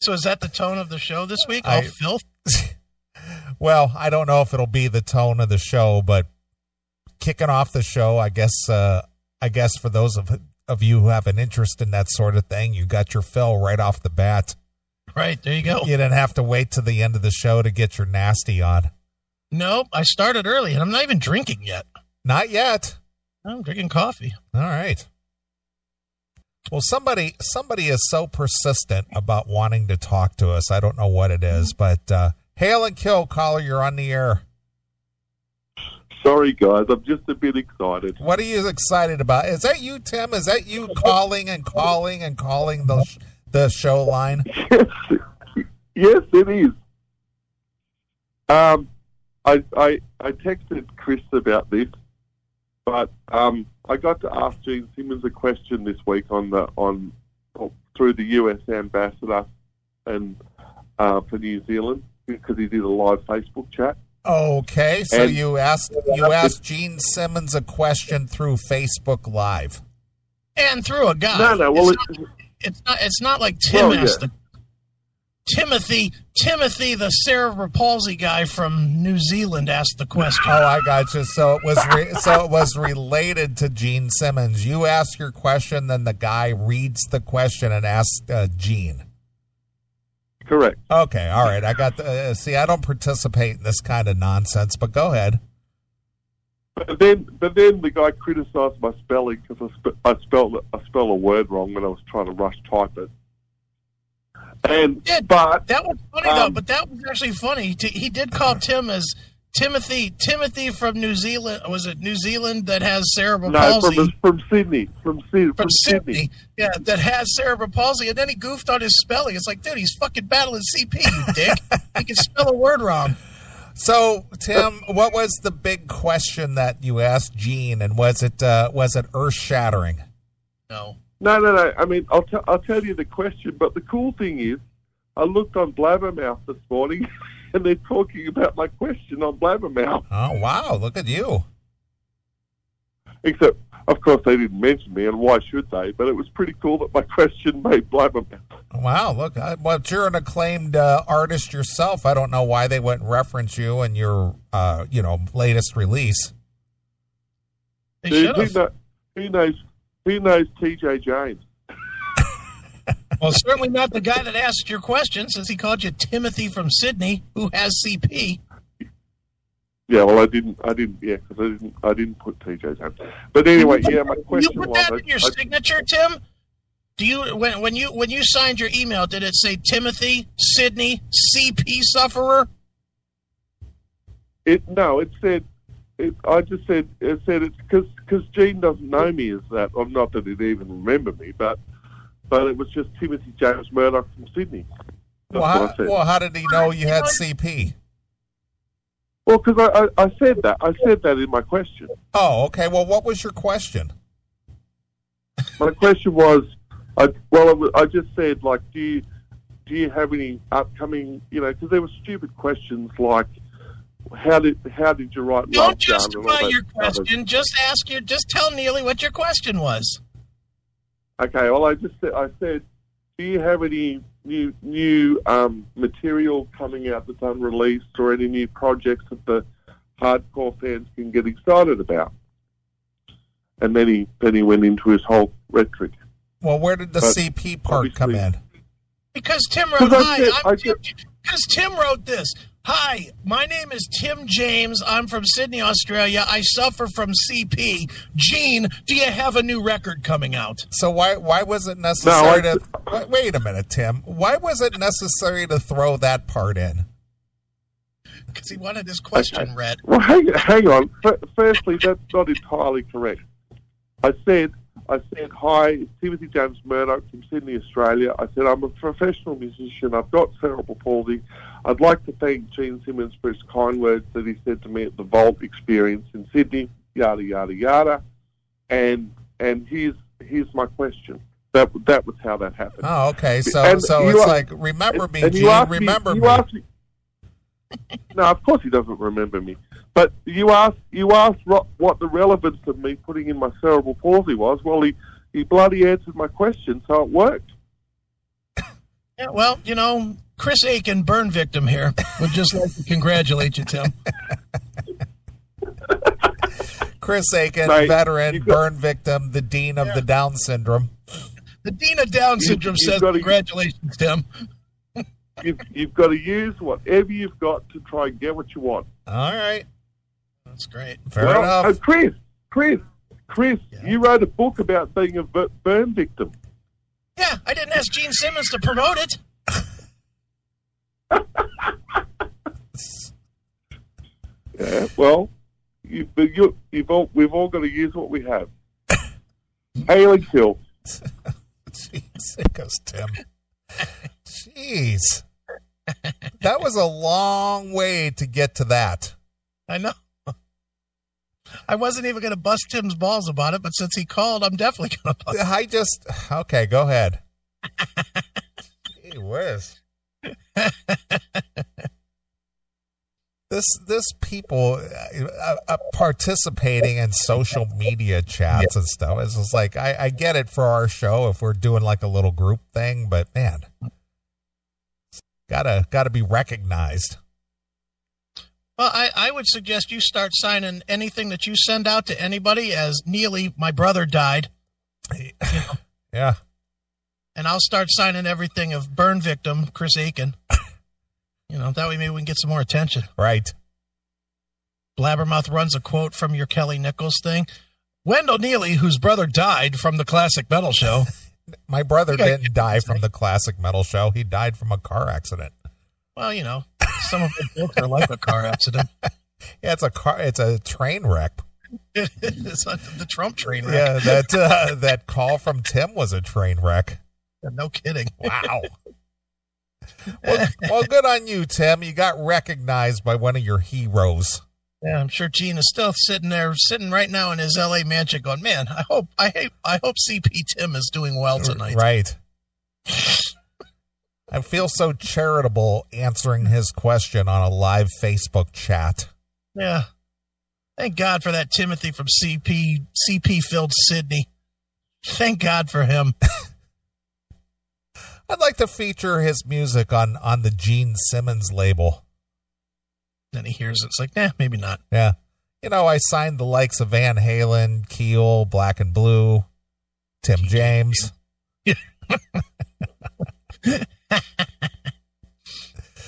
Speaker 2: so is that the tone of the show this week? Oh,
Speaker 1: I-
Speaker 2: filth.
Speaker 1: Well, I don't know if it'll be the tone of the show, but kicking off the show, I guess uh I guess for those of of you who have an interest in that sort of thing, you got your fill right off the bat.
Speaker 2: Right, there you go.
Speaker 1: You didn't have to wait to the end of the show to get your nasty on.
Speaker 2: Nope, I started early and I'm not even drinking yet.
Speaker 1: Not yet.
Speaker 2: I'm drinking coffee.
Speaker 1: All right. Well, somebody somebody is so persistent about wanting to talk to us. I don't know what it is, but uh, hail and kill, caller. You're on the air.
Speaker 3: Sorry, guys, I'm just a bit excited.
Speaker 1: What are you excited about? Is that you, Tim? Is that you calling and calling and calling the sh- the show line?
Speaker 3: Yes, yes, it is. Um,
Speaker 4: I, I, I texted Chris about this, but um, I got to ask Gene Simmons a question this week on the on through the U.S. ambassador and uh, for New Zealand because he did a live Facebook chat.
Speaker 1: Okay, so
Speaker 4: And-
Speaker 1: you asked you asked Gene Simmons a question through Facebook Live.
Speaker 2: and through a guy.
Speaker 4: No, no. Well,
Speaker 2: Ah, it's,
Speaker 4: it's,
Speaker 2: not, it's not. It's not like Tim
Speaker 4: Well,
Speaker 2: asked
Speaker 4: yeah.
Speaker 2: the Timothy Timothy the cerebral palsy guy from New Zealand asked the question.
Speaker 1: Oh, I gotcha. So it was re- so it was related to Gene Simmons. You ask your question, then the guy reads the question and asks uh, Gene.
Speaker 4: correct.
Speaker 1: Okay, all right. I got the uh, see. I don't participate in this kind of nonsense, but go ahead.
Speaker 4: But then, but then the guy criticised my spelling because I, spe- I spelled I spelled a word wrong when I was trying to rush type it. And
Speaker 2: Yeah,
Speaker 4: but
Speaker 2: That was funny though,
Speaker 4: Um,
Speaker 2: but that was actually funny. T- He did call Tim as Timothy Timothy from New Zealand. Was it New Zealand that has cerebral
Speaker 4: no,
Speaker 2: palsy?
Speaker 4: from from Sydney, from Sydney,
Speaker 2: from Sydney, yeah, that has cerebral palsy, and then he goofed on his spelling. It's like, dude, he's fucking battling CP, you dick. he can spell a word wrong.
Speaker 1: So, Tim, what was the big question that you asked Gene, and was it uh, was it earth shattering?
Speaker 2: No,
Speaker 4: No, no, no. I mean, I'll, t- I'll tell you the question, but the cool thing is, I looked on Blabbermouth this morning, and they're talking about my question on Blabbermouth.
Speaker 1: Oh wow, look at you!
Speaker 4: Except, of course, they didn't mention me, and why should they? But it was pretty cool that my question made Blabbermouth.
Speaker 1: Wow, look, I, well, you're an acclaimed uh, artist yourself. I don't know why they wouldn't reference you in your uh, you know latest release.
Speaker 2: they
Speaker 4: Dude,
Speaker 2: should
Speaker 4: who,
Speaker 2: have.
Speaker 4: kno- who knows? Who knows? T.J. James.
Speaker 2: Well, certainly not the guy that asked your question, since he called you Timothy from Sydney, who has CP.
Speaker 4: Yeah, well, I didn't. I didn't. Yeah, because I didn't. I didn't put T.J. James. But anyway, yeah, my
Speaker 2: You
Speaker 4: question
Speaker 2: put
Speaker 4: was.
Speaker 2: that in your
Speaker 4: I- I-
Speaker 2: signature, Tim. Do you when when you when you signed your email, did it say Timothy Sydney CP sufferer?
Speaker 4: It no, it said. It, I just said it said it's because Gene doesn't know me as that. Or not that he'd even remember me, but but it was just Timothy James Murdoch from Sydney. That's
Speaker 1: Well
Speaker 4: what
Speaker 1: how,
Speaker 4: I said.
Speaker 1: well, how did he know you had CP?
Speaker 4: Well, because I, I, I said that I said that in my question.
Speaker 1: Oh, okay. Well, what was your question?
Speaker 4: My question was, I, well, I w- I, just said like, do you do you have any upcoming? You know, because there were stupid questions like, how did how did you write?
Speaker 2: Don't
Speaker 4: Love Gun and all
Speaker 2: justify
Speaker 4: that
Speaker 2: your
Speaker 4: rubbish.
Speaker 2: question. Just ask your just tell Neely what your question was.
Speaker 4: Okay. Well, I just said, I said, do you have any new new um, material coming out that's unreleased, or any new projects that the hardcore fans can get excited about? And then he then he went into his whole rhetoric.
Speaker 1: Well, where did the
Speaker 4: But
Speaker 1: CP part come in?
Speaker 4: obviously-
Speaker 2: Because Tim wrote,
Speaker 4: Because I
Speaker 2: "Hi,
Speaker 4: did-
Speaker 2: I'm
Speaker 4: I
Speaker 2: Tim." Because Tim wrote this. Hi, my name is Tim James. I'm from Sydney, Australia. I suffer from CP. Gene, do you have a new record coming out?
Speaker 1: So why why was it necessary
Speaker 4: No, I-
Speaker 1: to wait, wait a minute, Tim? Why was it necessary to throw that part in?
Speaker 2: Because he wanted his question
Speaker 4: Okay.
Speaker 2: read.
Speaker 4: Well, hang, hang on. F- firstly, that's not entirely correct. I said, I said, hi, it's Timothy James Murdoch from Sydney, Australia. I said, I'm a professional musician. I've got cerebral palsy. I'd like to thank Gene Simmons for his kind words that he said to me at the Vault experience in Sydney. Yada yada yada. And and here's here's my question. That that was how that happened.
Speaker 1: Oh, okay. So
Speaker 4: And
Speaker 1: so
Speaker 4: you
Speaker 1: it's
Speaker 4: are-
Speaker 1: like remember me,
Speaker 4: And you
Speaker 1: Gene.
Speaker 4: asked
Speaker 1: Remember
Speaker 4: me,
Speaker 1: me.
Speaker 4: you asked me- no, of course he doesn't remember me. But you asked you asked ro- what the relevance of me putting in my cerebral palsy was. Well, he, he bloody answered my question, so it worked.
Speaker 2: Yeah, well, you know, Chris Aiken, burn victim here, would just like to congratulate you, Tim.
Speaker 1: Chris Aiken,
Speaker 4: Right.
Speaker 1: veteran,
Speaker 4: You've got-
Speaker 1: burn victim, the dean of the Down syndrome.
Speaker 2: The Dean of Down
Speaker 4: You-
Speaker 2: syndrome
Speaker 4: you've
Speaker 2: says
Speaker 4: gotta-
Speaker 2: congratulations, Tim.
Speaker 4: You've, you've got to use whatever you've got to try and get what you want.
Speaker 1: All right.
Speaker 2: That's great.
Speaker 1: Fair
Speaker 4: well,
Speaker 1: enough.
Speaker 4: oh, Chris, Chris, Chris, you wrote a book about being a bu- burn victim.
Speaker 2: Yeah, I didn't ask Gene Simmons to promote it.
Speaker 4: Yeah, well, you, but you, you've all, we've all got to use what we have. Hail and kill.
Speaker 1: Jeez, it goes Tim. Jeez. That was a long way to get to that.
Speaker 2: I know. I wasn't even going to bust Tim's balls about it, but since he called, I'm definitely going to bust.
Speaker 1: Uh, I just okay. Go ahead. Gee whiz. this this people uh, uh, uh, participating in social media chats and stuff. It's just like I, I get it for our show if we're doing like a little group thing, but man, gotta gotta be recognized.
Speaker 2: Well, I, I would suggest you start signing anything that you send out to anybody as Neely, my brother, died,
Speaker 1: Yeah.
Speaker 2: and I'll start signing everything of burn victim Chris Aiken. you know, that way maybe we can get some more attention.
Speaker 1: Right.
Speaker 2: Blabbermouth runs a quote from your Kelly Nichols thing. Wendell Neely, whose brother died from the classic metal show,
Speaker 1: My brother
Speaker 2: You gotta
Speaker 1: didn't die from the classic metal show. He died from a car accident.
Speaker 2: well, you know, some of them built their life a car accident.
Speaker 1: Yeah, it's a car. It's a train wreck.
Speaker 2: it's like the Trump train wreck.
Speaker 1: Yeah, that uh, that call from Tim was a train wreck.
Speaker 2: No kidding.
Speaker 1: Wow. well, well, good on you, Tim. You got recognized by one of your heroes.
Speaker 2: Yeah, I'm sure Gene is still sitting there, sitting right now in his L.A. mansion, going, "Man, I hope, I hate, I hope CP Tim is doing well tonight."
Speaker 1: Right. I feel so charitable answering his question on a live Facebook chat.
Speaker 2: Yeah. Thank God for that Timothy from CP CP filled Sydney. Thank God for him.
Speaker 1: I'd like to feature his music on on the Gene Simmons label.
Speaker 2: then he hears it, it's like, nah, maybe not.
Speaker 1: Yeah. You know, I signed the likes of Van Halen, Keel, Black and Blue, Tim James.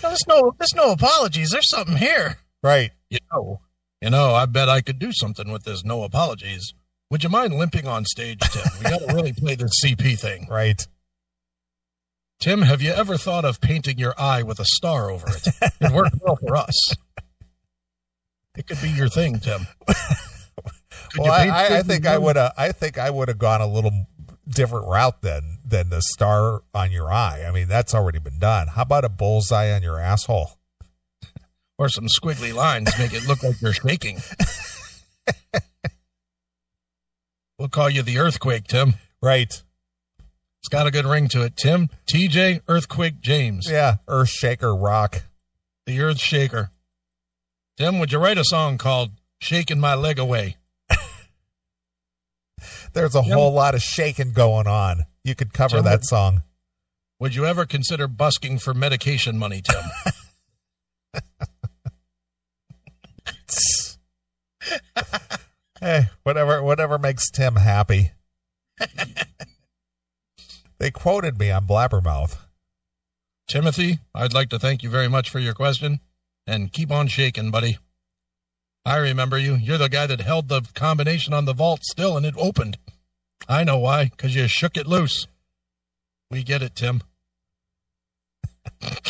Speaker 2: No, there's no, there's no apologies. There's something here.
Speaker 1: Right.
Speaker 2: You know, you know. I bet I could do something with this. No apologies. Would you mind limping on stage, Tim? We got to really play this CP thing.
Speaker 1: Right.
Speaker 2: Tim, have you ever thought of painting your eye with a star over it? It worked well for us. It could be your thing, Tim. Could you
Speaker 1: Well, I,
Speaker 2: paint
Speaker 1: I, I
Speaker 2: something
Speaker 1: think I
Speaker 2: blue?
Speaker 1: would have. I think I would have gone a little different route than than the star on your eye. I mean, that's already been done. How about a bullseye on your asshole?
Speaker 2: Or some squiggly lines make it look like you're shaking. we'll call you the earthquake, Tim.
Speaker 1: Right?
Speaker 2: It's got a good ring to it, Tim. TJ Earthquake James,
Speaker 1: Yeah. Earth shaker rock.
Speaker 2: the earth shaker. Tim, would you write a song called Shaking My Leg Away?
Speaker 1: There's a
Speaker 2: Yeah.
Speaker 1: whole lot of shaking going on. You could cover
Speaker 2: Jim,
Speaker 1: that song.
Speaker 2: Would you ever consider busking for medication money, Tim?
Speaker 1: hey, whatever, whatever makes Tim happy. they quoted me on Blabbermouth.
Speaker 2: Timothy, I'd like to thank you very much for your question and keep on shaking, buddy. I remember you. You're the guy that held the combination on the vault still and it opened. I know why, because you shook it loose. We get it, Tim.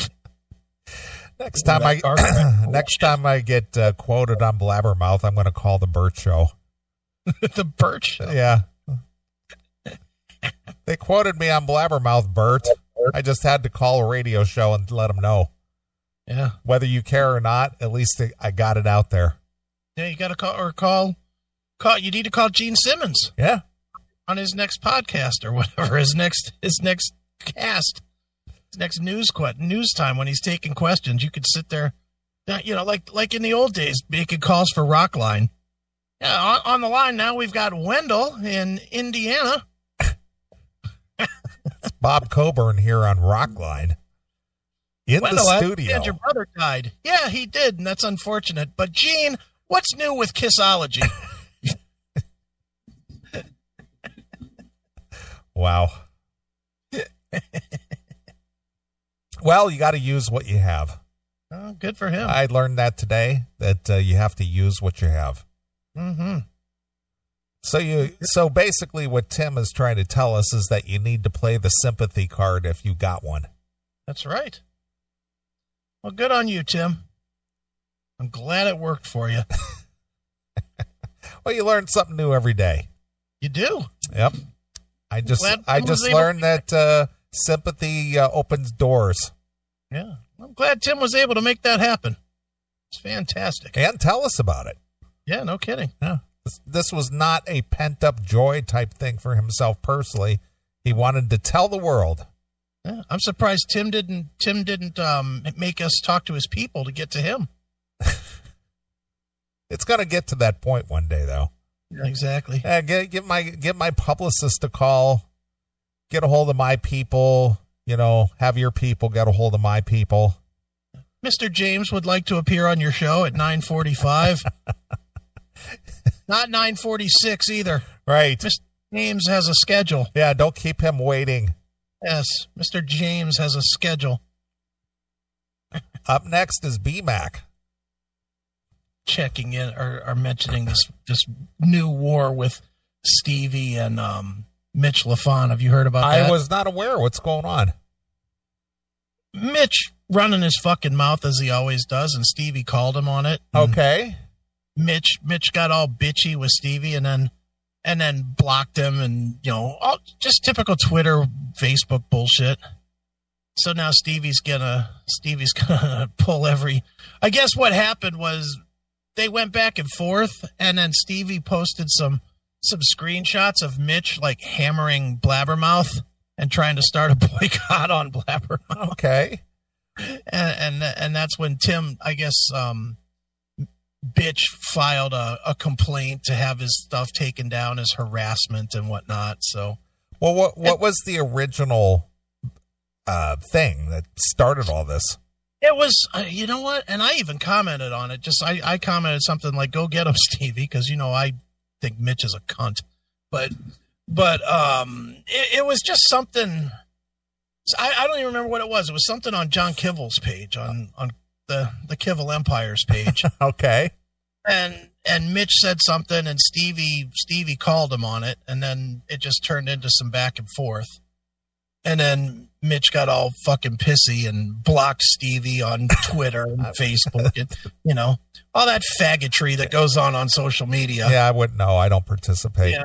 Speaker 1: Next time I
Speaker 2: That dark web.
Speaker 1: next time I get uh, quoted on Blabbermouth, I'm going to call the Burt Show.
Speaker 2: the birch.
Speaker 1: Yeah. they quoted me on Blabbermouth, Bert. I just had to call a radio show and let them know.
Speaker 2: Yeah.
Speaker 1: Whether you care or not, at least I got it out there.
Speaker 2: Yeah, you gotta call or call call you need to call Gene Simmons
Speaker 1: Yeah.
Speaker 2: on his next podcast or whatever, his next his next cast. His next news que- news time when he's taking questions. You could sit there Yeah, you know, like like in the old days, making calls for Rockline. Yeah, on, on the line now we've got Wendell in Indiana.
Speaker 1: It's Bob Coburn here on Rockline. In
Speaker 2: Wendell,
Speaker 1: the
Speaker 2: I
Speaker 1: studio.
Speaker 2: understand your brother died. Yeah, he did, and that's unfortunate. But Gene, what's new with Kissology?
Speaker 1: Wow. well, you got to use what you have.
Speaker 2: oh, good for him.
Speaker 1: I learned that today that uh, you have to use what you have.
Speaker 2: mm-hmm.
Speaker 1: So you so basically what Tim is trying to tell us is that you need to play the sympathy card if you got one.
Speaker 2: That's right. Well, good on you, Tim. I'm glad it worked for you.
Speaker 1: Well, you learn something new every day.
Speaker 2: You do.
Speaker 1: Yep. I just
Speaker 2: Glad
Speaker 1: I
Speaker 2: Tim was
Speaker 1: just
Speaker 2: able-
Speaker 1: learned that uh, sympathy uh, opens doors.
Speaker 2: Yeah. I'm glad Tim was able to make that happen. It's fantastic.
Speaker 1: and tell us about it.
Speaker 2: Yeah, no kidding.
Speaker 1: Yeah. This, this was not a pent up joy type thing for himself personally. He wanted to tell the world.
Speaker 2: Yeah, I'm surprised Tim didn't Tim didn't um, make us talk to his people to get to him.
Speaker 1: It's going to get to that point one day, though.
Speaker 2: Exactly.
Speaker 1: Yeah, get, get my get my publicist to call, get a hold of my people. You know, have your people get a hold of my people.
Speaker 2: Mr. James would like to appear on your show at 9:45. Not 9:46 either.
Speaker 1: Right?
Speaker 2: Mr. James has a schedule.
Speaker 1: Yeah. Don't keep him waiting.
Speaker 2: Yes, Mr. James has a schedule.
Speaker 1: Up next is BMAC.
Speaker 2: Checking in or, or mentioning this this new war with Stevie and um, Mitch LaFon. Have you heard about that?
Speaker 1: I was not aware of what's going on.
Speaker 2: Mitch running his fucking mouth as he always does, and Stevie called him on it. And
Speaker 1: Okay.
Speaker 2: Mitch Mitch got all bitchy with Stevie and then and then blocked him and you know all just typical Twitter Facebook bullshit. So now Stevie's gonna Stevie's gonna pull every I guess what happened was they went back and forth and then Stevie posted some some screenshots of Mitch like hammering Blabbermouth and trying to start a boycott on Blabbermouth
Speaker 1: Okay.
Speaker 2: and and, and that's when Tim, I guess, um, bitch filed a, a complaint to have his stuff taken down as harassment and whatnot. So
Speaker 1: Well, what what was the original uh, thing that started all this?
Speaker 2: it was, uh, you know what? And I even commented on it. Just I, I commented something like, "Go get him, Stevie," because you know I think Mitch is a cunt, but but um, it, it was just something. I, I don't even remember what it was. It was something on John Kivel's page on on the the Kivel Empire's page.
Speaker 1: Okay.
Speaker 2: and and Mitch said something, and Stevie Stevie called him on it, and then it just turned into some back and forth, and then Mitch got all fucking pissy and blocked Stevie on Twitter and Facebook, and you know all that faggotry that goes on on social media,
Speaker 1: Yeah, I wouldn't know. I don't participate.
Speaker 2: Yeah.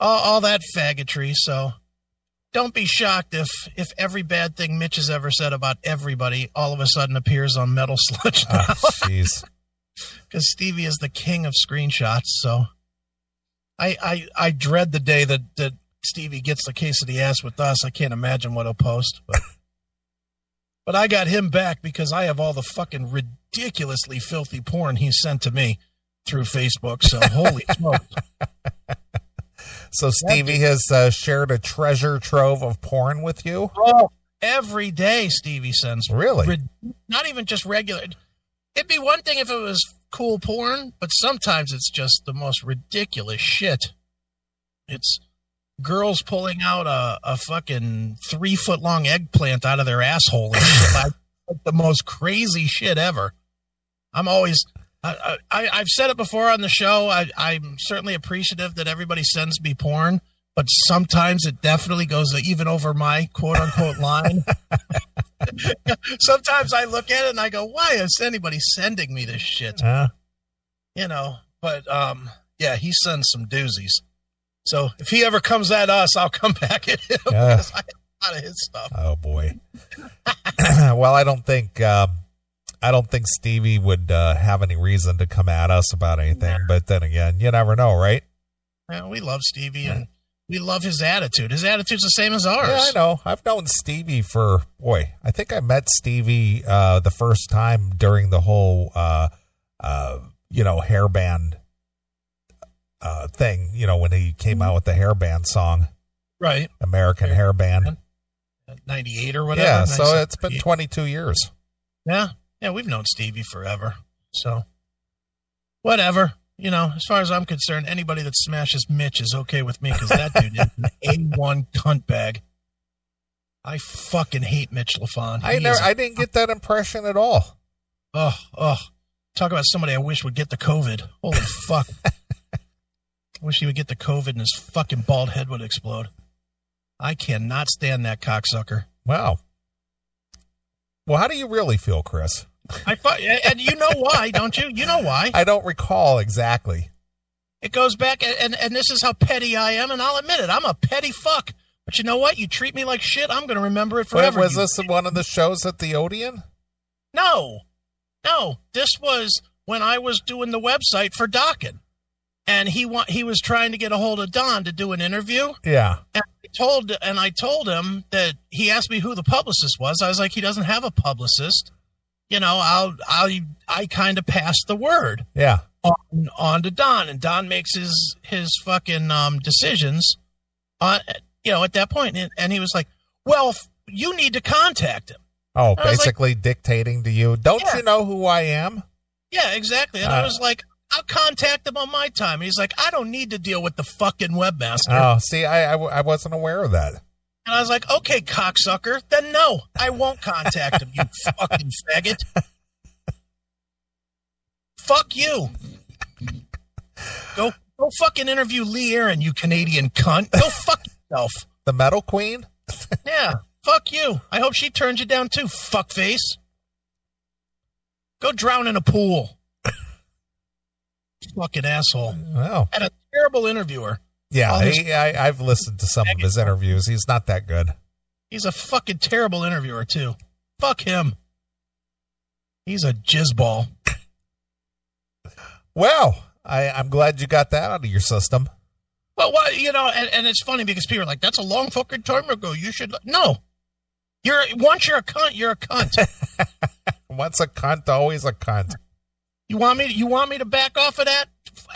Speaker 2: all, all that faggotry. So don't be shocked if if every bad thing Mitch has ever said about everybody all of a sudden appears on Metal Sludge now.
Speaker 1: Ah, Jeez.
Speaker 2: because Stevie is the king of screenshots. So I, I I dread the day that that Stevie gets the case of the ass with us. I can't imagine what he'll post, but but I got him back because I have all the fucking ridiculously filthy porn he sent to me through Facebook. So holy smokes.
Speaker 1: so Stevie has uh, shared a treasure trove of porn with you.
Speaker 2: Oh, every day Stevie sends
Speaker 1: Really?
Speaker 2: Rid- not even just regular. It'd be one thing if it was cool porn, but sometimes it's just the most ridiculous shit. It's girls pulling out a, a fucking three foot long eggplant out of their asshole and shit. I, like the most crazy shit ever. I'm always. I, I, I've said it before on the show. I, I'm certainly appreciative that everybody sends me porn, but sometimes it definitely goes even over my quote unquote line. sometimes I look at it and I go, why is anybody sending me this shit?
Speaker 1: Huh?
Speaker 2: You know, but um, yeah, he sends some doozies. So if he ever comes at us, I'll come back at him
Speaker 1: Yeah.
Speaker 2: because I have a lot of his stuff.
Speaker 1: Oh boy. well, I don't think um, I don't think Stevie would uh, have any reason to come at us about anything. But then again, you never know, right?
Speaker 2: Yeah, we love Stevie and we love his attitude. His attitude's the same as ours.
Speaker 1: Yeah, I know. I've known Stevie for boy. I think I met Stevie uh, the first time during the whole uh, uh, you know hairband uh, thing. You know when he came out with the hairband song,
Speaker 2: Right.
Speaker 1: American Hairband.
Speaker 2: 98 or whatever.
Speaker 1: Yeah, so
Speaker 2: 97.
Speaker 1: it's been 22 years.
Speaker 2: Yeah. Yeah, we've known Stevie forever. So whatever. You know, as far as I'm concerned, anybody that smashes Mitch is okay with me because that dude is an A1 cunt bag. I fucking hate Mitch LaFon.
Speaker 1: I
Speaker 2: He
Speaker 1: never,
Speaker 2: is-
Speaker 1: I didn't get that impression at all.
Speaker 2: Oh, oh. Talk about somebody I wish would get the COVID. Holy fuck. I wish he would get the COVID and his fucking bald head would explode. I cannot stand that cocksucker.
Speaker 1: Wow. Well, how do you really feel, Chris?
Speaker 2: I fu- and you know why, don't you? You know why.
Speaker 1: I don't recall exactly.
Speaker 2: It goes back, and, and, and this is how petty I am, and I'll admit it. I'm a petty fuck. But you know what? You treat me like shit. I'm going to remember it
Speaker 1: Wait,
Speaker 2: forever.
Speaker 1: was
Speaker 2: you-
Speaker 1: this one of the shows at the Odeon?
Speaker 2: No. No, this was when I was doing the website for Dockin, and he wa- he was trying to get a hold of Don to do an interview.
Speaker 1: Yeah.
Speaker 2: And I told and I told him that he asked me who the publicist was. I was like, he doesn't have a publicist. You know, I'll I'll I kind of passed the word
Speaker 1: Yeah.
Speaker 2: on on to Don, and Don makes his his fucking um, decisions. On you know at that point, and, and he was like, well, f- you need to contact him.
Speaker 1: Oh,
Speaker 2: I was like-
Speaker 1: basically dictating to you. Don't
Speaker 2: Yeah.
Speaker 1: you know who I am?
Speaker 2: Yeah, exactly. And
Speaker 1: Uh,
Speaker 2: I was like, I'll contact him on my time. And he's like, I don't need to deal with the fucking webmaster.
Speaker 1: Oh, see, I, I w- I wasn't aware of that.
Speaker 2: and I was like, okay, cocksucker, then no, I won't contact him, you fucking faggot. Fuck you. Go go fucking interview Lee Aaron, you Canadian cunt. Go fuck yourself.
Speaker 1: The Metal Queen?
Speaker 2: Yeah, fuck you. I hope she turns you down too, fuckface. Go drown in a pool. fucking asshole.
Speaker 1: Well,
Speaker 2: and a terrible interviewer.
Speaker 1: Oh, yeah,
Speaker 2: All his-
Speaker 1: he, I, I've listened to some of his interviews. He's not that good.
Speaker 2: He's a fucking terrible interviewer too. Fuck him. He's a jizzball.
Speaker 1: Well, I, I'm glad you got that out of your system.
Speaker 2: Well, what you know, and, and it's funny because people are like, "That's a long fucking time ago. You should no. You're once you're a cunt, you're a cunt.
Speaker 1: Once a cunt, always a cunt.
Speaker 2: you want me? You want me to back off of that?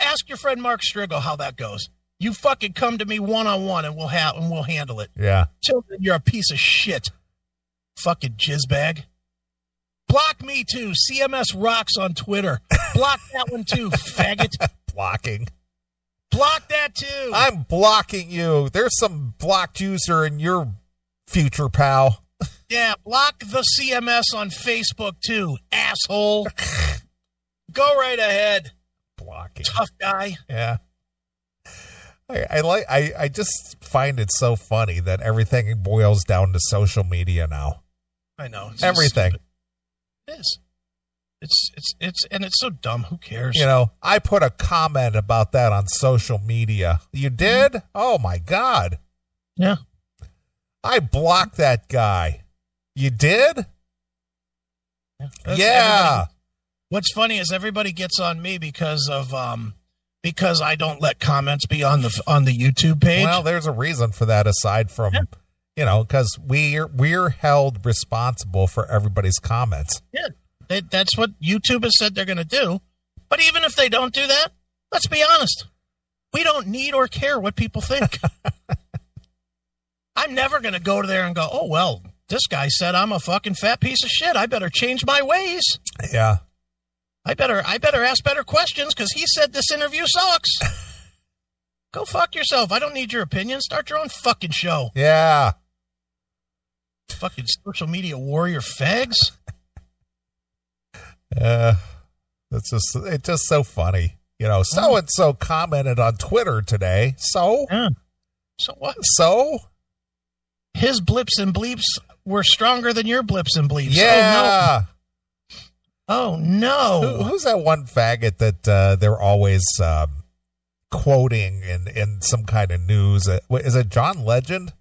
Speaker 2: Ask your friend Mark Strigo how that goes. You fucking come to me one on one, and we'll have and we'll handle it.
Speaker 1: Yeah.
Speaker 2: Till then, you're a piece of shit. Fucking jizzbag. Block me too. CMS rocks on Twitter. Block that one too, faggot.
Speaker 1: Blocking.
Speaker 2: Block that too.
Speaker 1: I'm blocking you. There's some blocked user in your future, pal.
Speaker 2: yeah, block the CMS on Facebook too, asshole. Go right ahead,
Speaker 1: Blocking.
Speaker 2: tough guy.
Speaker 1: Yeah. I, I like I, I just find it so funny that everything boils down to social media now.
Speaker 2: I know it's just
Speaker 1: Everything.
Speaker 2: stupid. It is. It's it's it's and it's so dumb. Who cares?
Speaker 1: You know, I put a comment about that on social media. You did? Oh my god.
Speaker 2: Yeah.
Speaker 1: I blocked that guy. You did?
Speaker 2: That's-
Speaker 1: yeah.
Speaker 2: What's funny is everybody gets on me because of um because I don't let comments be on the on the YouTube page.
Speaker 1: Well, there's a reason for that aside from
Speaker 2: Yeah.
Speaker 1: you know, because we're we're held responsible for everybody's comments.
Speaker 2: They, that's what YouTube has said they're going to do. But even if they don't do that, let's be honest. We don't need or care what people think. I'm never going to go to there and go, "Oh well, this guy said I'm a fucking fat piece of shit. I better change my ways.
Speaker 1: Yeah.
Speaker 2: I better I better ask better questions cuz he said this interview sucks." go fuck yourself. I don't need your opinion. Start your own fucking show.
Speaker 1: Yeah.
Speaker 2: fucking social media warrior fags.
Speaker 1: Uh, that's just it's just so funny. You know, so and so commented on Twitter today. So
Speaker 2: So what?
Speaker 1: so
Speaker 2: His blips and bleeps were stronger than your blips and bleeps.
Speaker 1: yeah.
Speaker 2: Oh no. Oh
Speaker 1: Who,
Speaker 2: no.
Speaker 1: who's that one faggot that uh, they're always um, quoting in in some kind of news? Uh, wait, Is it John Legend?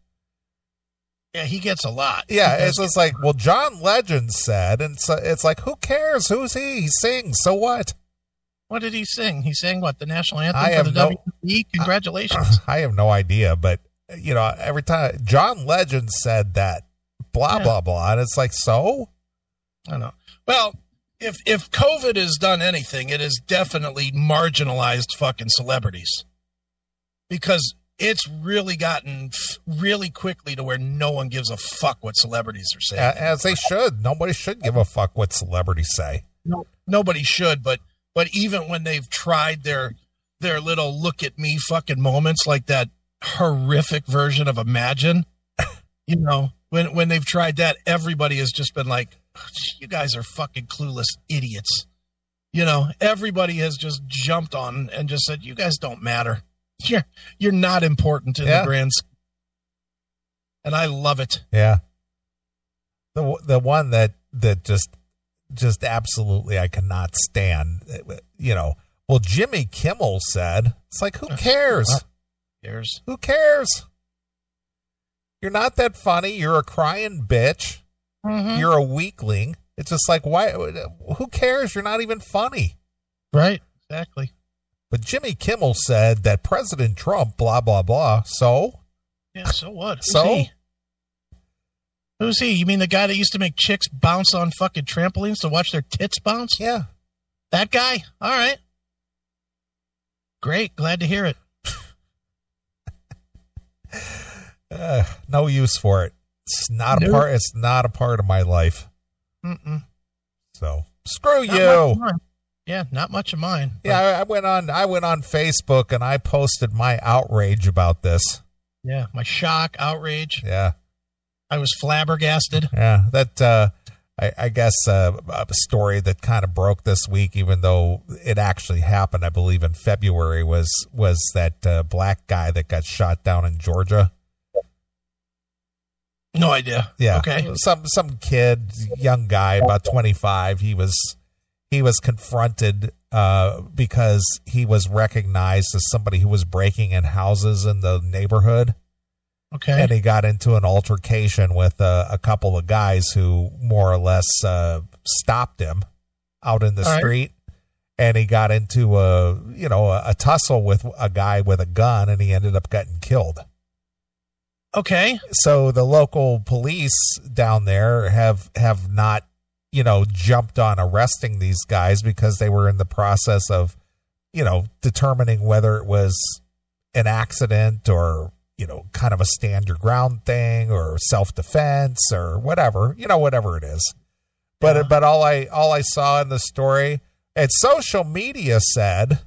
Speaker 2: Yeah, he gets a lot.
Speaker 1: Yeah,
Speaker 2: He
Speaker 1: it's
Speaker 2: does.
Speaker 1: just like well, John Legend said, and so it's like who cares? Who's he? He sings. So what?
Speaker 2: what did he sing? He sang what? The national anthem
Speaker 1: I
Speaker 2: for
Speaker 1: have
Speaker 2: the
Speaker 1: no-
Speaker 2: WWE. Congratulations.
Speaker 1: I have no idea, but you know, every time John Legend said that, blah
Speaker 2: Yeah.
Speaker 1: blah blah, and it's like so.
Speaker 2: I don't know. Well, if if COVID has done anything, it has definitely marginalized fucking celebrities because it's really gotten f- really quickly to where no one gives a fuck what celebrities are saying.
Speaker 1: A- as they should. Nobody should give a fuck what celebrities say.
Speaker 2: no, nobody should, but but even when they've tried their their little look at me fucking moments like that horrific version of Imagine, you know, when when they've tried that, everybody has just been like, "You guys are fucking clueless idiots." You know, everybody has just jumped on and just said, "You guys don't matter. You're you're not important in
Speaker 1: Yeah.
Speaker 2: the grand." scheme." And I love it.
Speaker 1: Yeah. The w- the one that that just just absolutely I cannot stand. eh, You know. Well, Jimmy Kimmel said it's like who cares?
Speaker 2: There's
Speaker 1: Who cares? Mm-hmm.
Speaker 2: Mm-hmm.
Speaker 1: You're not that funny. You're a crying bitch. You're a weakling. It's just like why? Who cares? You're not even funny.
Speaker 2: Right. Exactly.
Speaker 1: But Jimmy Kimmel said that President Trump, blah blah blah. So
Speaker 2: Yeah. So what? Who's
Speaker 1: So?
Speaker 2: He? Who's he? You mean the guy that used to make chicks bounce on fucking trampolines to watch their tits bounce?
Speaker 1: yeah,
Speaker 2: That guy? All right. Great. Glad to hear it.
Speaker 1: uh, no use for it. It's not a
Speaker 2: Nope.
Speaker 1: part. It's not a part of my life.
Speaker 2: Mm-mm.
Speaker 1: So screw
Speaker 2: Not much of
Speaker 1: you.
Speaker 2: mine. Yeah, not much of mine. but-
Speaker 1: Yeah, I, I went on. I went on Facebook and I posted my outrage about this.
Speaker 2: Yeah. My shock, outrage.
Speaker 1: Yeah,
Speaker 2: I was flabbergasted.
Speaker 1: yeah. That uh, I, I guess uh, a story that kind of broke this week, even though it actually happened, I believe in February was was that uh, black guy that got shot down in Georgia.
Speaker 2: No idea.
Speaker 1: Yeah.
Speaker 2: Okay.
Speaker 1: Some some kid, young guy, about twenty five. He was he was confronted uh, because he was recognized as somebody who was breaking in houses in the neighborhood,
Speaker 2: Okay.
Speaker 1: and he got into an altercation with uh, a couple of guys who more or less uh, stopped him out in the
Speaker 2: All right.
Speaker 1: street. And he got into a you know a, a tussle with a guy with a gun, and he ended up getting killed
Speaker 2: Okay.
Speaker 1: so the local police down there have have not you know jumped on arresting these guys because they were in the process of you know determining whether it was an accident or you know kind of a stand your ground thing or self defense or whatever you know whatever it is but
Speaker 2: Yeah.
Speaker 1: but all I all I saw in the story and social media said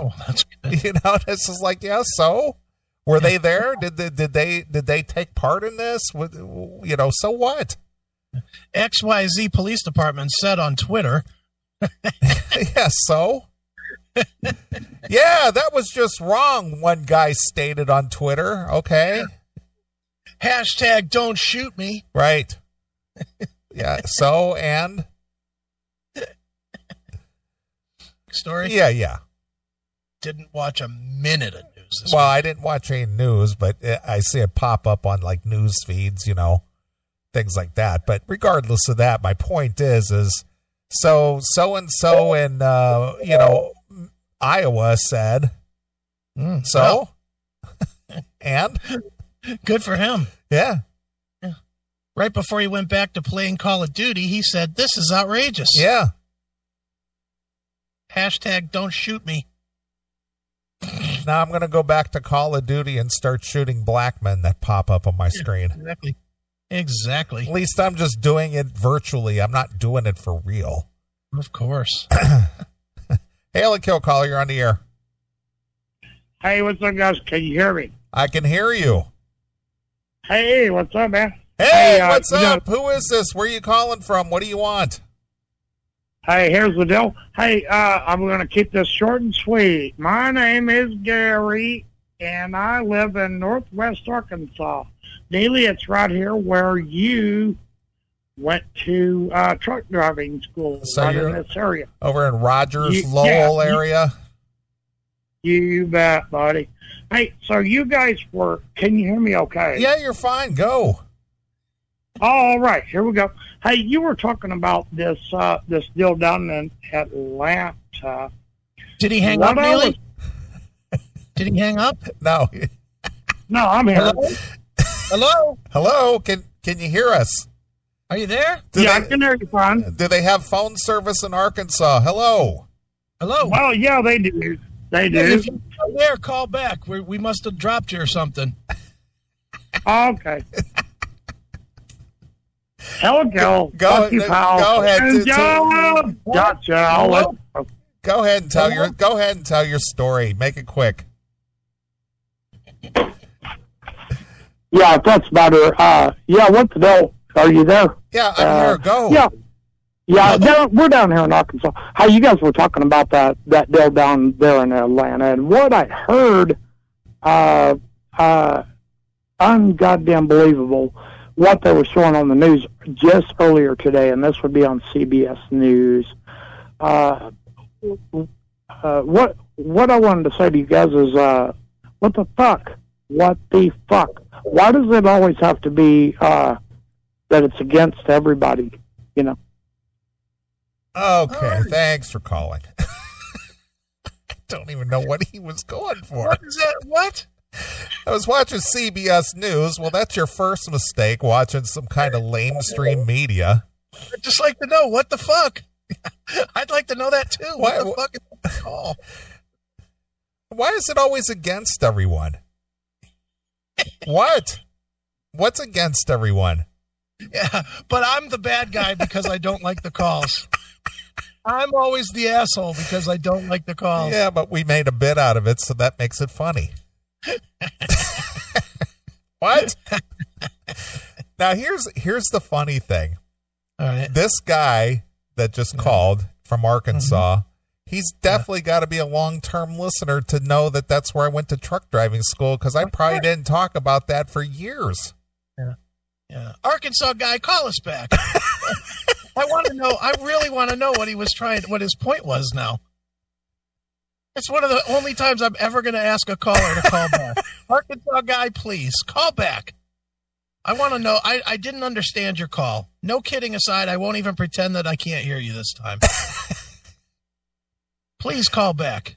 Speaker 2: Oh, that's good.
Speaker 1: you know this is like yeah so were they there did they did they did they take part in this What- you know so what
Speaker 2: XYZ Police Department said on Twitter.
Speaker 1: yeah so yeah that was just wrong one guy stated on twitter okay
Speaker 2: Hashtag don't shoot me.
Speaker 1: right yeah so and
Speaker 2: Story.
Speaker 1: yeah yeah
Speaker 2: Didn't watch a minute of news. This
Speaker 1: well i didn't watch any news but uh, i see it pop up on like news feeds you know things like that but regardless of that my point is is so so and so in uh you know iowa said
Speaker 2: week. Mm,
Speaker 1: so
Speaker 2: well,
Speaker 1: and
Speaker 2: good for him.
Speaker 1: yeah
Speaker 2: Right before he went back to playing Call of Duty, he said, "This is outrageous."
Speaker 1: yeah
Speaker 2: Hashtag don't shoot me.
Speaker 1: now i'm gonna go back to call of duty and start shooting black men that pop up on my screen
Speaker 2: Exactly.
Speaker 1: at
Speaker 2: Exactly.
Speaker 1: least i'm just doing it virtually i'm not doing it for real
Speaker 2: Of course.
Speaker 1: haley kill caller you're on the air
Speaker 4: Hey, what's up, guys? Can you hear me?
Speaker 1: i can hear you
Speaker 4: Hey, what's up, man?
Speaker 1: Hey,
Speaker 4: Hey, uh,
Speaker 1: what's
Speaker 4: you know-
Speaker 1: up? Who is this? Where are you calling from? What do you want?
Speaker 4: Hey, here's the deal. Hey, uh, I'm going to keep this short and sweet. My name is Gary, and I live in Northwest Arkansas. Neely, it's right here where you went to uh, truck driving school,
Speaker 1: So
Speaker 4: right in
Speaker 1: you're-
Speaker 4: this area.
Speaker 1: Over in Rogers,
Speaker 4: Ye-
Speaker 1: Lowell
Speaker 4: yeah, ye-
Speaker 1: area?
Speaker 4: You bet, buddy. Hey, so you guys were, can you hear me okay?
Speaker 1: Yeah, you're fine. Go.
Speaker 4: All right, here we go. Hey, you were talking about this uh, this deal down in Atlanta.
Speaker 2: Did he hang up,
Speaker 4: What I was-
Speaker 2: Neely? Did he hang up?
Speaker 1: No.
Speaker 4: No, I'm here.
Speaker 2: Hello? Hello?
Speaker 1: Hello, can can you hear us?
Speaker 2: Are you there?
Speaker 1: Do,
Speaker 4: yeah, I
Speaker 1: they,
Speaker 4: can hear you fine.
Speaker 1: do they have phone service in Arkansas? Hello.
Speaker 2: Hello?
Speaker 4: Well, yeah, they do. They do.
Speaker 2: If you're still there, call back. We, we must have dropped you or something.
Speaker 4: Oh, Okay. Hello, Joe.
Speaker 1: Go-
Speaker 4: Fuck you,
Speaker 1: go-
Speaker 4: pal.
Speaker 1: go ahead,
Speaker 4: And
Speaker 1: t- t-
Speaker 4: Joe. Gotcha. I'll let-
Speaker 1: Go ahead and tell your go ahead and tell your story. Make it quick.
Speaker 4: Yeah, that's better. Uh, yeah, what the hell? Are you there?
Speaker 1: Yeah, I'm
Speaker 4: Uh,
Speaker 1: here. Go.
Speaker 4: Yeah. Yeah, down, we're down here in Arkansas. How you guys were talking about that that deal down there in Atlanta, and what I heard, uh, uh, ungoddamn believable, what they were showing on the news just earlier today, and this would be on CBS News. Uh, uh, what what I wanted to say to you guys is, uh, what the fuck? What the fuck? Why does it always have to be uh, that it's against everybody? You know.
Speaker 1: Okay, thanks for calling. I don't even know what he was going for.
Speaker 2: What is that? What?
Speaker 1: I was watching CBS News. Well, that's your first mistake watching some kind of lamestream media.
Speaker 2: I'd just like to know what the fuck. I'd like to know that too. What,
Speaker 1: Why-
Speaker 2: the fuck is that call?
Speaker 1: Why is it always against everyone? What? What's against everyone?
Speaker 2: Yeah, but I'm the bad guy because I don't like the calls. I'm always the asshole because I don't like the calls.
Speaker 1: Yeah, but we made a bit out of it, so that makes it funny. what? now here's here's the funny thing.
Speaker 2: All right.
Speaker 1: This guy that just called from Arkansas, he's definitely got to be a long-term listener to know that that's where I went to truck driving school because I probably didn't talk about that for years.
Speaker 2: Yeah. Arkansas guy, call us back. I want to know. I really want to know what he was trying, what his point was now. It's one of the only times I'm ever going to ask a caller to call back. Arkansas guy, please call back. I want to know. I, I didn't understand your call. No kidding aside, I won't even pretend that I can't hear you this time. please call back.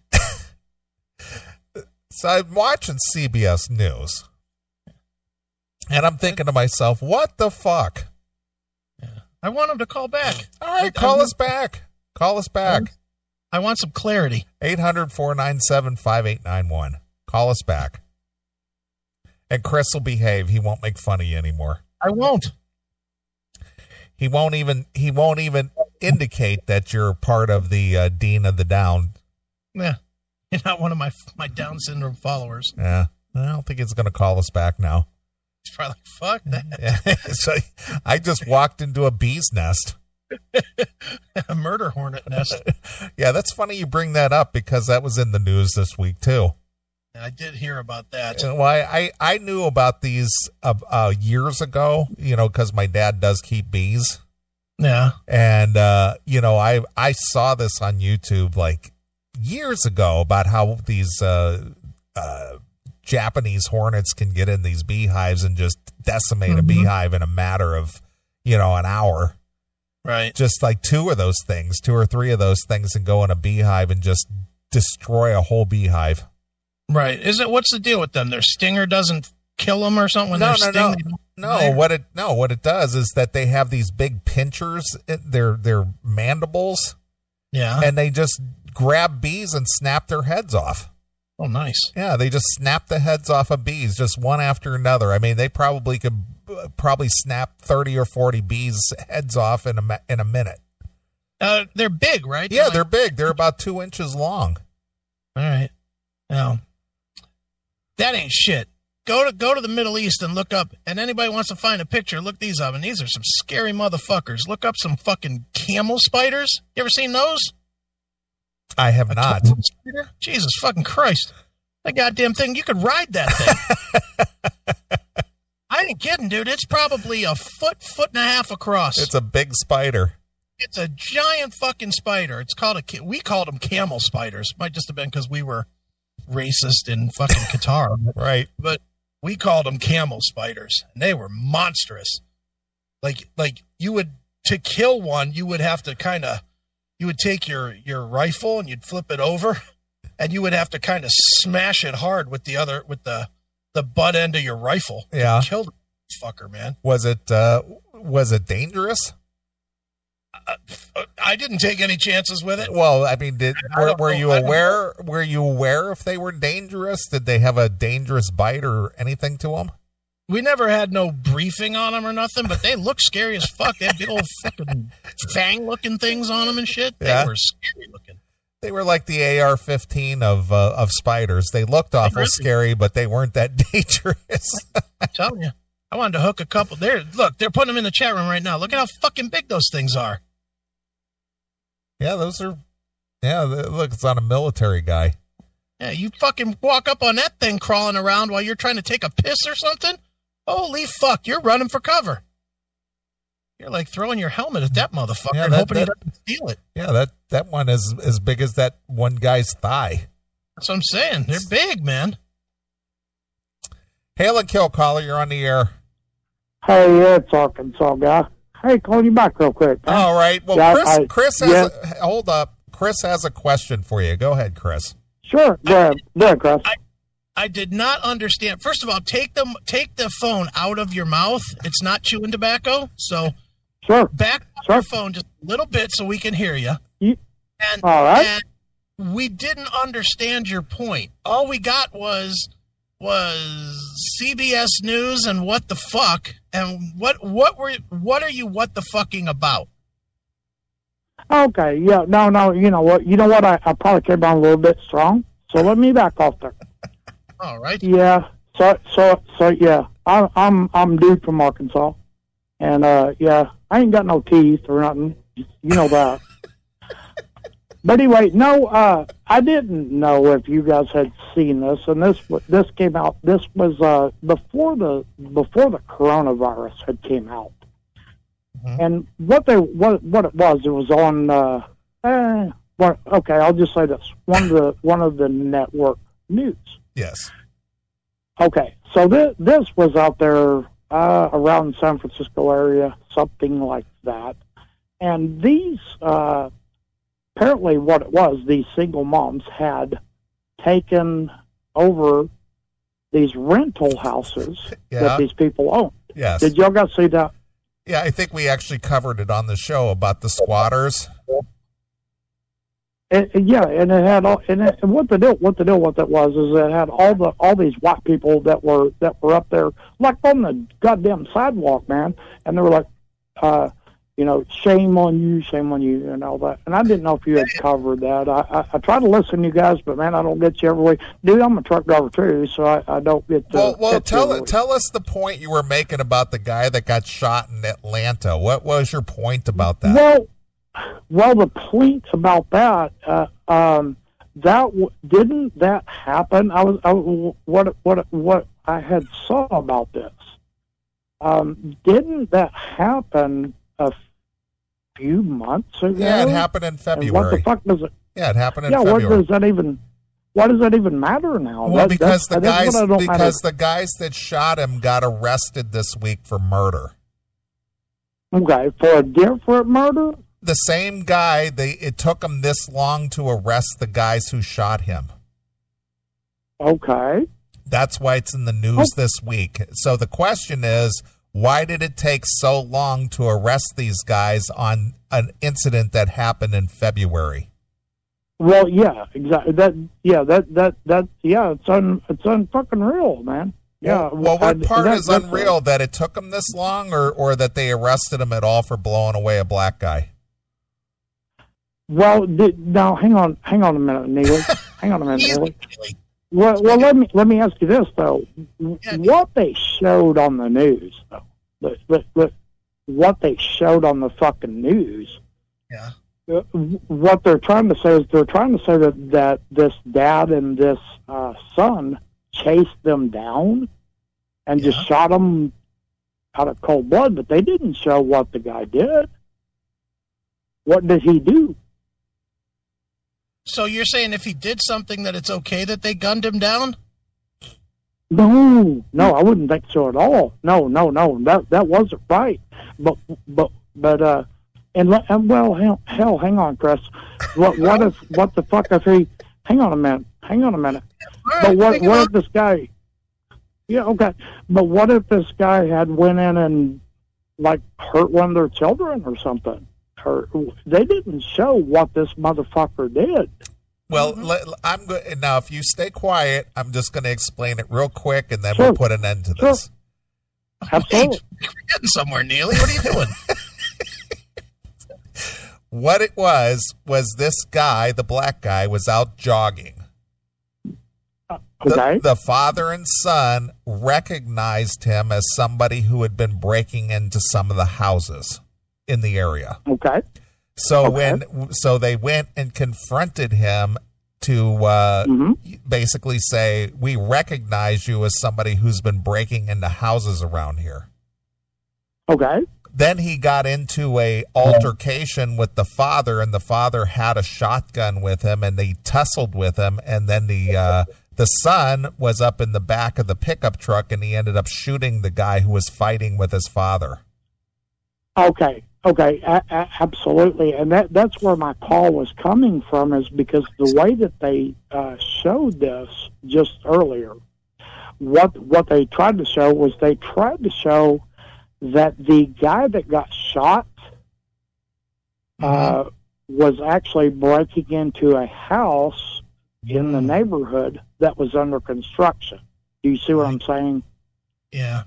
Speaker 1: So I'm watching CBS News. And I'm thinking to myself, what the fuck?
Speaker 2: I want him to call back.
Speaker 1: All right, call us back. Call us back.
Speaker 2: I want some clarity.
Speaker 1: 800 497 5891. Call us back. And Chris will behave. He won't make fun of you anymore.
Speaker 2: I won't.
Speaker 1: He won't even he won't even indicate that you're part of the uh, Dean of the Down.
Speaker 2: Yeah. You're not one of my my Down syndrome followers.
Speaker 1: Yeah. Eh, I don't think he's going to call us back now.
Speaker 2: It's probably fuck that
Speaker 1: Yeah. so I just walked into a bee's nest.
Speaker 2: a
Speaker 1: Mm-hmm.
Speaker 2: murder hornet nest.
Speaker 1: Yeah, that's funny you bring that up because that was in the news this week too.
Speaker 2: I did hear about that.
Speaker 1: Well, I, I, I knew about these uh, uh, years ago, you know, because my dad does keep bees.
Speaker 2: Yeah,
Speaker 1: And, uh, you know, I, I saw this on YouTube like years ago about how these uh, uh, Japanese hornets can get in these beehives and just decimate a
Speaker 2: Mhm.
Speaker 1: beehive in a matter of, you know, an hour.
Speaker 2: right.
Speaker 1: Just like two of those things, two or three of those things, and go in a beehive and just destroy a whole beehive.
Speaker 2: Right. Is it what's the deal with them? Their stinger doesn't kill them or something when
Speaker 1: No,
Speaker 2: they're
Speaker 1: no,
Speaker 2: sting.
Speaker 1: no.
Speaker 2: they don't
Speaker 1: No,
Speaker 2: fire?
Speaker 1: what it no, what it does is that they have these big pinchers, in their their mandibles,
Speaker 2: Yeah.
Speaker 1: and they just grab bees and snap their heads off.
Speaker 2: Oh, nice.
Speaker 1: Yeah, they just snap the heads off of bees, just one after another. I mean, they probably could uh, probably snap thirty or forty bees' heads off in a ma- in a minute.
Speaker 2: Uh, they're big, right?
Speaker 1: Yeah,
Speaker 2: They're
Speaker 1: they're big. They're about two inches long.
Speaker 2: like- all right. No, that ain't shit. Go to go to the Middle East and look up. And anybody wants to find a picture, look these up. And these are some scary motherfuckers. Look up some fucking camel spiders. You ever seen those?
Speaker 1: I have not.
Speaker 2: Jesus fucking Christ. That goddamn thing, you could ride that thing. I ain't kidding, dude. It's probably a foot, foot and a half across.
Speaker 1: It's
Speaker 2: It's
Speaker 1: a big spider.
Speaker 2: a, giant fucking spider. It's called a, ca- we called them camel spiders. Might just have been because we were racist in fucking Qatar.
Speaker 1: Right.
Speaker 2: But we called them camel spiders. And they were monstrous. Like, like you would, to kill one, you would have to kind of, you would take your your rifle and you'd flip it over and you would have to kind of smash it hard with the other with the the butt end of your rifle
Speaker 1: Yeah.
Speaker 2: kill the fucker man
Speaker 1: Was it uh was it dangerous?
Speaker 2: Uh, i didn't take any chances with it
Speaker 1: Well, I mean, did
Speaker 2: I
Speaker 1: were,
Speaker 2: don't
Speaker 1: were
Speaker 2: know.
Speaker 1: you
Speaker 2: I don't
Speaker 1: aware? Were you aware if they were dangerous? Did they have a dangerous bite or anything to them?
Speaker 2: we never had no briefing on them or nothing but they looked scary as fuck they had big old fucking fang looking things on them and shit
Speaker 1: Yeah.
Speaker 2: they were scary looking
Speaker 1: They were like the AR-15 of uh, of spiders. They looked awful
Speaker 2: really-
Speaker 1: scary, but they weren't that dangerous.
Speaker 2: i'm telling you i wanted to hook a couple there look they're putting them in the chat room right now look at how fucking big those things are
Speaker 1: yeah, those are. Yeah, th- look, it's on a military guy.
Speaker 2: Yeah, you fucking walk up on that thing crawling around while you're trying to take a piss or something. Holy fuck, you're running for cover. You're like throwing your helmet at that motherfucker
Speaker 1: Yeah,
Speaker 2: and
Speaker 1: that-
Speaker 2: hoping he
Speaker 1: that-
Speaker 2: doesn't steal it.
Speaker 1: Yeah, that that one is as big as that one guy's thigh.
Speaker 2: That's what I'm saying. They're big, man.
Speaker 1: Hail and kill caller, you're on the air.
Speaker 4: Hey, yeah, it's Arkansas guy. Hey, call you back real quick. huh?
Speaker 1: All right. Well,
Speaker 4: Yeah,
Speaker 1: Chris,
Speaker 4: I-
Speaker 1: Chris has a, hold up. Chris has a question for you. Go ahead, Chris.
Speaker 4: Sure. Go ahead. Go ahead, Chris.
Speaker 2: I did not understand. First of all, take the take the phone out of your mouth. It's not chewing tobacco, so
Speaker 4: Sure.
Speaker 2: back up
Speaker 4: Sure.
Speaker 2: your phone just a little bit so we can hear you.
Speaker 4: Ye-
Speaker 2: And,
Speaker 4: All right.
Speaker 2: and we didn't understand your point. All we got was was CBS News and what the fuck and what what were what are you what the fucking about?
Speaker 4: Okay. Yeah. No. No. You know what? You know what? I, I probably came on a little bit strong, so let me back off there.
Speaker 2: All right.
Speaker 4: Yeah. So. So. So. Yeah. I'm. I'm. I'm dude from Arkansas, and uh, yeah, I ain't got no teeth or nothing. You know that. but anyway, no. Uh, I didn't know if you guys had seen this, and this. w- This came out. This was uh before the before the coronavirus had came out.
Speaker 2: Mhm.
Speaker 4: And what they what what it was, it was on. Uh, eh, well, okay, I'll just say this: one of the one of the network news.
Speaker 1: Yes.
Speaker 4: Okay, so this this was out there uh, around San Francisco area, something like that. And these uh, apparently, what it was, these single moms had taken over these rental houses
Speaker 1: Yeah.
Speaker 4: that these people owned.
Speaker 1: Yes.
Speaker 4: Did y'all guys see that?
Speaker 1: Yeah. I think we actually covered it on the show about the squatters.
Speaker 4: It, it- yeah, and it had all, and, it, and what the deal, what the deal with it was is it had all the all these white people that were that were up there like on the goddamn sidewalk, man, and they were like, uh, you know, shame on you, shame on you, and all that. And I didn't know if you had covered that. I, I, I try to listen to you guys, but man, I don't get you every week, dude. I'm a truck driver too, so I, I don't get. To
Speaker 1: Well, well,
Speaker 4: catch you
Speaker 1: tell
Speaker 4: every
Speaker 1: it.
Speaker 4: week.
Speaker 1: Tell us the point you were making about the guy that got shot in Atlanta. What was your point about that?
Speaker 4: Well, well, the point about that, uh, um, that w- didn't that happen? I was, I, was- what, what, what I had saw about this. Um, didn't that happen a few months ago?
Speaker 1: yeah, it happened in
Speaker 4: And what the
Speaker 1: February.
Speaker 4: fuck does it?
Speaker 1: Yeah, it happened in
Speaker 4: yeah,
Speaker 1: February.
Speaker 4: what does that even? Why does that even matter now?
Speaker 1: Well,
Speaker 4: That-
Speaker 1: because the
Speaker 4: that's- that's
Speaker 1: guys
Speaker 4: what I don't matter.
Speaker 1: because the guys that shot him got arrested this week for murder.
Speaker 4: okay for a different murder.
Speaker 1: The same guy, they it took him this long to arrest the guys who shot him.
Speaker 4: Okay.
Speaker 1: That's why it's in the news
Speaker 4: Oh.
Speaker 1: this week. So the question is, why did it take so long to arrest these guys on an incident that happened in February?
Speaker 4: Well, yeah, exactly. That, yeah, that, that, that, yeah, it's un, it's unfucking real, man. Yeah.
Speaker 1: Well,
Speaker 4: I-
Speaker 1: what part
Speaker 4: that-
Speaker 1: is
Speaker 4: that's-
Speaker 1: unreal that it took him this long, or or that they arrested him at all for blowing away a black guy?
Speaker 4: Well, di- now hang on, hang on a minute, Neely. hang on a minute,
Speaker 2: He's-
Speaker 4: Neely. Well, well, let me let me ask you this though:
Speaker 2: Yeah.
Speaker 4: what they showed on the news, though, but, but, but what they showed on the fucking news,
Speaker 2: Yeah.
Speaker 4: uh, what they're trying to say is they're trying to say that that this dad and this uh, son chased them down and
Speaker 2: Yeah.
Speaker 4: just shot them out of cold blood, but they didn't show what the guy did. What did he do?
Speaker 2: So you're saying if he did something that it's okay that they gunned him down?
Speaker 4: No, no, I wouldn't think so at all. No, no, no, that that wasn't right. But but but uh, and, le- and well, hell, hell, hang on, Chris. What what if what the fuck if he? Hang on a minute. Hang on a minute.
Speaker 2: All
Speaker 4: But
Speaker 2: right,
Speaker 4: what
Speaker 2: think about
Speaker 4: what if this guy? Yeah, okay. But what if this guy had went in and like hurt one of their children or something? Or they didn't show what this motherfucker did.
Speaker 1: Well,
Speaker 4: Mm-hmm.
Speaker 1: le- I'm good now. If you stay quiet, I'm just going to explain it real quick, and then
Speaker 4: Sure.
Speaker 1: we'll put an end to
Speaker 4: Sure.
Speaker 1: this.
Speaker 4: Absolutely.
Speaker 2: We're getting somewhere, Neely. What are you doing?
Speaker 1: What it was was this guy, the black guy, was out jogging. The,
Speaker 4: Okay.
Speaker 1: the father and son recognized him as somebody who had been breaking into some of the houses in the area.
Speaker 4: Okay.
Speaker 1: So
Speaker 4: Okay.
Speaker 1: when so they went and confronted him to uh,
Speaker 4: hmm
Speaker 1: basically say, "We recognize you as somebody who's been breaking into houses around here."
Speaker 4: Okay.
Speaker 1: Then he got into a altercation with the father, and the father had a shotgun with him, and they tussled with him. And then the uh, the son was up in the back of the pickup truck, and he ended up shooting the guy who was fighting with his father.
Speaker 4: Okay, okay, a- a- absolutely, and that that's where my call was coming from is because the way that they uh, showed this just earlier, what what they tried to show was they tried to show that the guy that got shot uh, was actually breaking into a house in
Speaker 2: Hmm.
Speaker 4: the neighborhood that was under construction. Do you see what I'm saying?
Speaker 2: Yeah.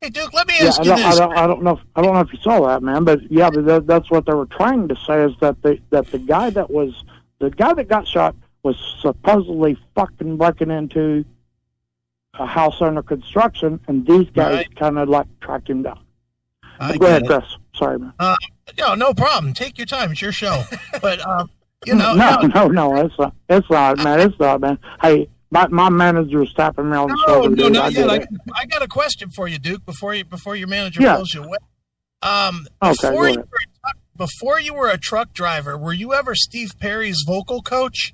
Speaker 2: Hey, Duke, let me
Speaker 4: Yeah,
Speaker 2: ask
Speaker 4: I
Speaker 2: you
Speaker 4: don't, I
Speaker 2: this.
Speaker 4: don't, I don't know. If, I don't know if you saw that, man. But yeah, but that, that's what they were trying to say is that the that the guy that was the guy that got shot was supposedly fucking breaking into a house under construction, and these guys
Speaker 2: Right.
Speaker 4: kind of like tracked him down.
Speaker 2: I
Speaker 4: Go
Speaker 2: get
Speaker 4: ahead,
Speaker 2: it.
Speaker 4: Chris. Sorry, man.
Speaker 2: No, no problem. Take your time. It's your show. But, um, you know,
Speaker 4: no, no, no, it's not. It's not, man. It's not, man. Hey, my my manager's tapping me on the
Speaker 2: no,
Speaker 4: shoulder,
Speaker 2: no,
Speaker 4: dude. I
Speaker 2: not
Speaker 4: get
Speaker 2: yet. I,
Speaker 4: it.
Speaker 2: I got a question for you, Duke. Before you, before your manager
Speaker 4: Yeah.
Speaker 2: pulls you away. Um,
Speaker 4: Okay, go
Speaker 2: before, you
Speaker 4: ahead.
Speaker 2: were a truck, before you were a truck driver, were you ever Steve Perry's vocal coach?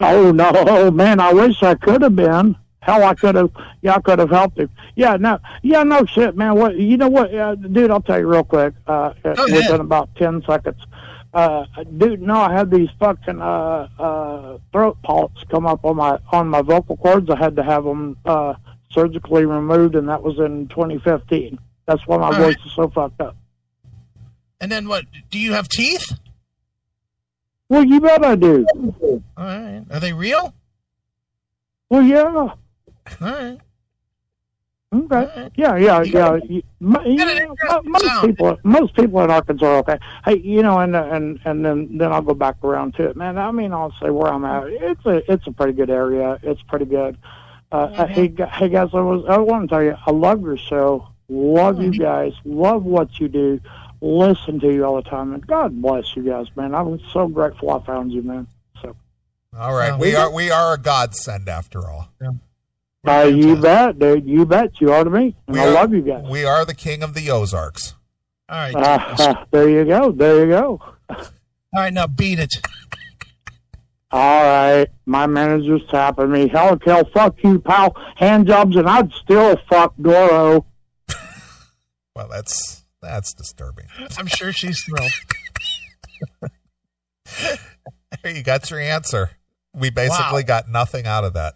Speaker 4: Oh no, oh man, I wish I could have been. Hell, I could have. Yeah, I could have helped him. Yeah, no, yeah, no shit, man. What you know? What, uh, dude? I'll tell you real quick. Uh, uh,
Speaker 2: Go ahead.
Speaker 4: within about ten seconds, uh, dude. No, I had these fucking uh, uh, throat polyps come up on my on my vocal cords. I had to have them uh, surgically removed, and that was in 2015. That's why my
Speaker 2: All
Speaker 4: voice is so fucked up.
Speaker 2: And then what? Do you have teeth?
Speaker 4: Well, you bet I do.
Speaker 2: All right. Are they real?
Speaker 4: Well, yeah.
Speaker 2: All right.
Speaker 4: Okay. Yeah, yeah, yeah. You- mo- you
Speaker 2: got an
Speaker 4: know, mo-
Speaker 2: interesting
Speaker 4: most
Speaker 2: sound.
Speaker 4: people, most people in Arkansas are okay. Hey, you know, and and and then then I'll go back around to it, man. I mean, I'll say where I'm at. It's a it's a pretty good area. It's pretty good. Uh, uh, hey, gu- hey guys, I was I want to tell you, I love your show. Love you guys. Love what you do. Listen to you all the time, and God bless you guys, man. I'm so grateful I found you, man. So,
Speaker 1: All right,
Speaker 2: Oh.
Speaker 1: we are we are a godsend after all.
Speaker 4: uh, you bet, dude. You bet. You are to me, and
Speaker 1: We
Speaker 4: I
Speaker 1: are-
Speaker 4: love you guys.
Speaker 1: We are the king of the Ozarks.
Speaker 2: All right. Duke.
Speaker 4: Uh, there you go. There you go.
Speaker 2: All right. Now beat it.
Speaker 4: All right, my manager's tapping me. Hell, hell, fuck you, pal. Hand jobs, and I'd still fuck Goro.
Speaker 1: Well, that's that's disturbing.
Speaker 2: I'm sure she's thrilled.
Speaker 1: There you got your answer. We basically got nothing out of that.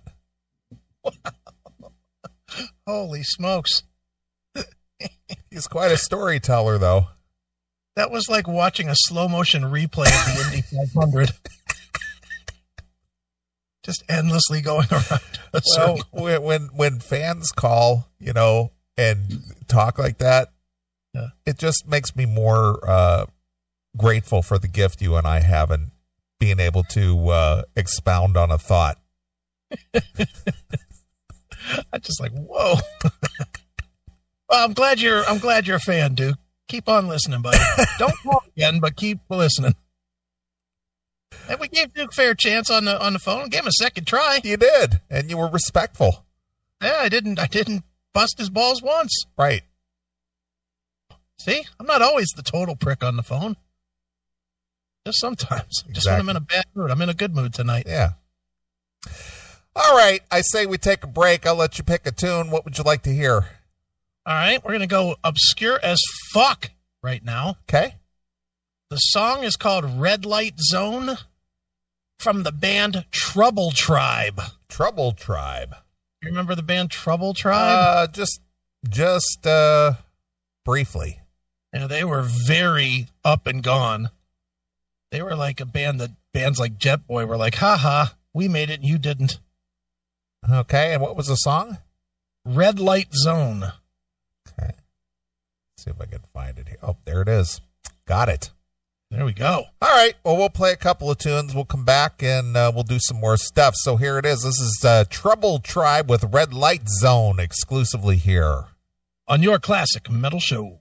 Speaker 2: Holy smokes.
Speaker 1: He's quite a storyteller, though.
Speaker 2: That was like watching a slow motion replay of the Indy 500. Just endlessly going around. a
Speaker 1: Well,
Speaker 2: circle.
Speaker 1: when when, when fans call, you know, and talk like that,
Speaker 2: Yeah.
Speaker 1: it just makes me more uh, grateful for the gift you and I have in being able to uh, expound on a thought.
Speaker 2: I just like, whoa. well, I'm glad you're. I'm glad you're a fan, Duke. Keep on listening, buddy. Don't call again, but keep listening. And we gave Duke a fair chance on the on the phone. Gave him a second try.
Speaker 1: You did, and you were respectful,
Speaker 2: Yeah, I didn't. I didn't bust his balls once.
Speaker 1: right?
Speaker 2: See, I'm not always the total prick on the phone. Just sometimes. Just when I'm
Speaker 1: Exactly.
Speaker 2: in a bad mood. I'm in a good mood tonight.
Speaker 1: Yeah. All right, I say we take a break. I'll let you pick a tune. What would you like to hear?
Speaker 2: All right, we're gonna go obscure as fuck right now.
Speaker 1: Okay.
Speaker 2: The song is called Red Light Zone from the band Trouble Tribe.
Speaker 1: Trouble Tribe.
Speaker 2: You remember the band Trouble Tribe?
Speaker 1: Uh, just, just uh, briefly.
Speaker 2: yeah, they were very up and gone. They were like a band that bands like Jet Boy were like, "Ha ha, we made it and you didn't.
Speaker 1: Okay. And what was the song?
Speaker 2: Red Light Zone.
Speaker 1: see if I can find it here. Oh, there it is. Got it.
Speaker 2: There we go.
Speaker 1: All right. Well, we'll play a couple of tunes. We'll come back and uh, we'll do some more stuff. So here it is. This is uh, Trouble Tribe with Red Light Zone exclusively here.
Speaker 2: On your classic metal show.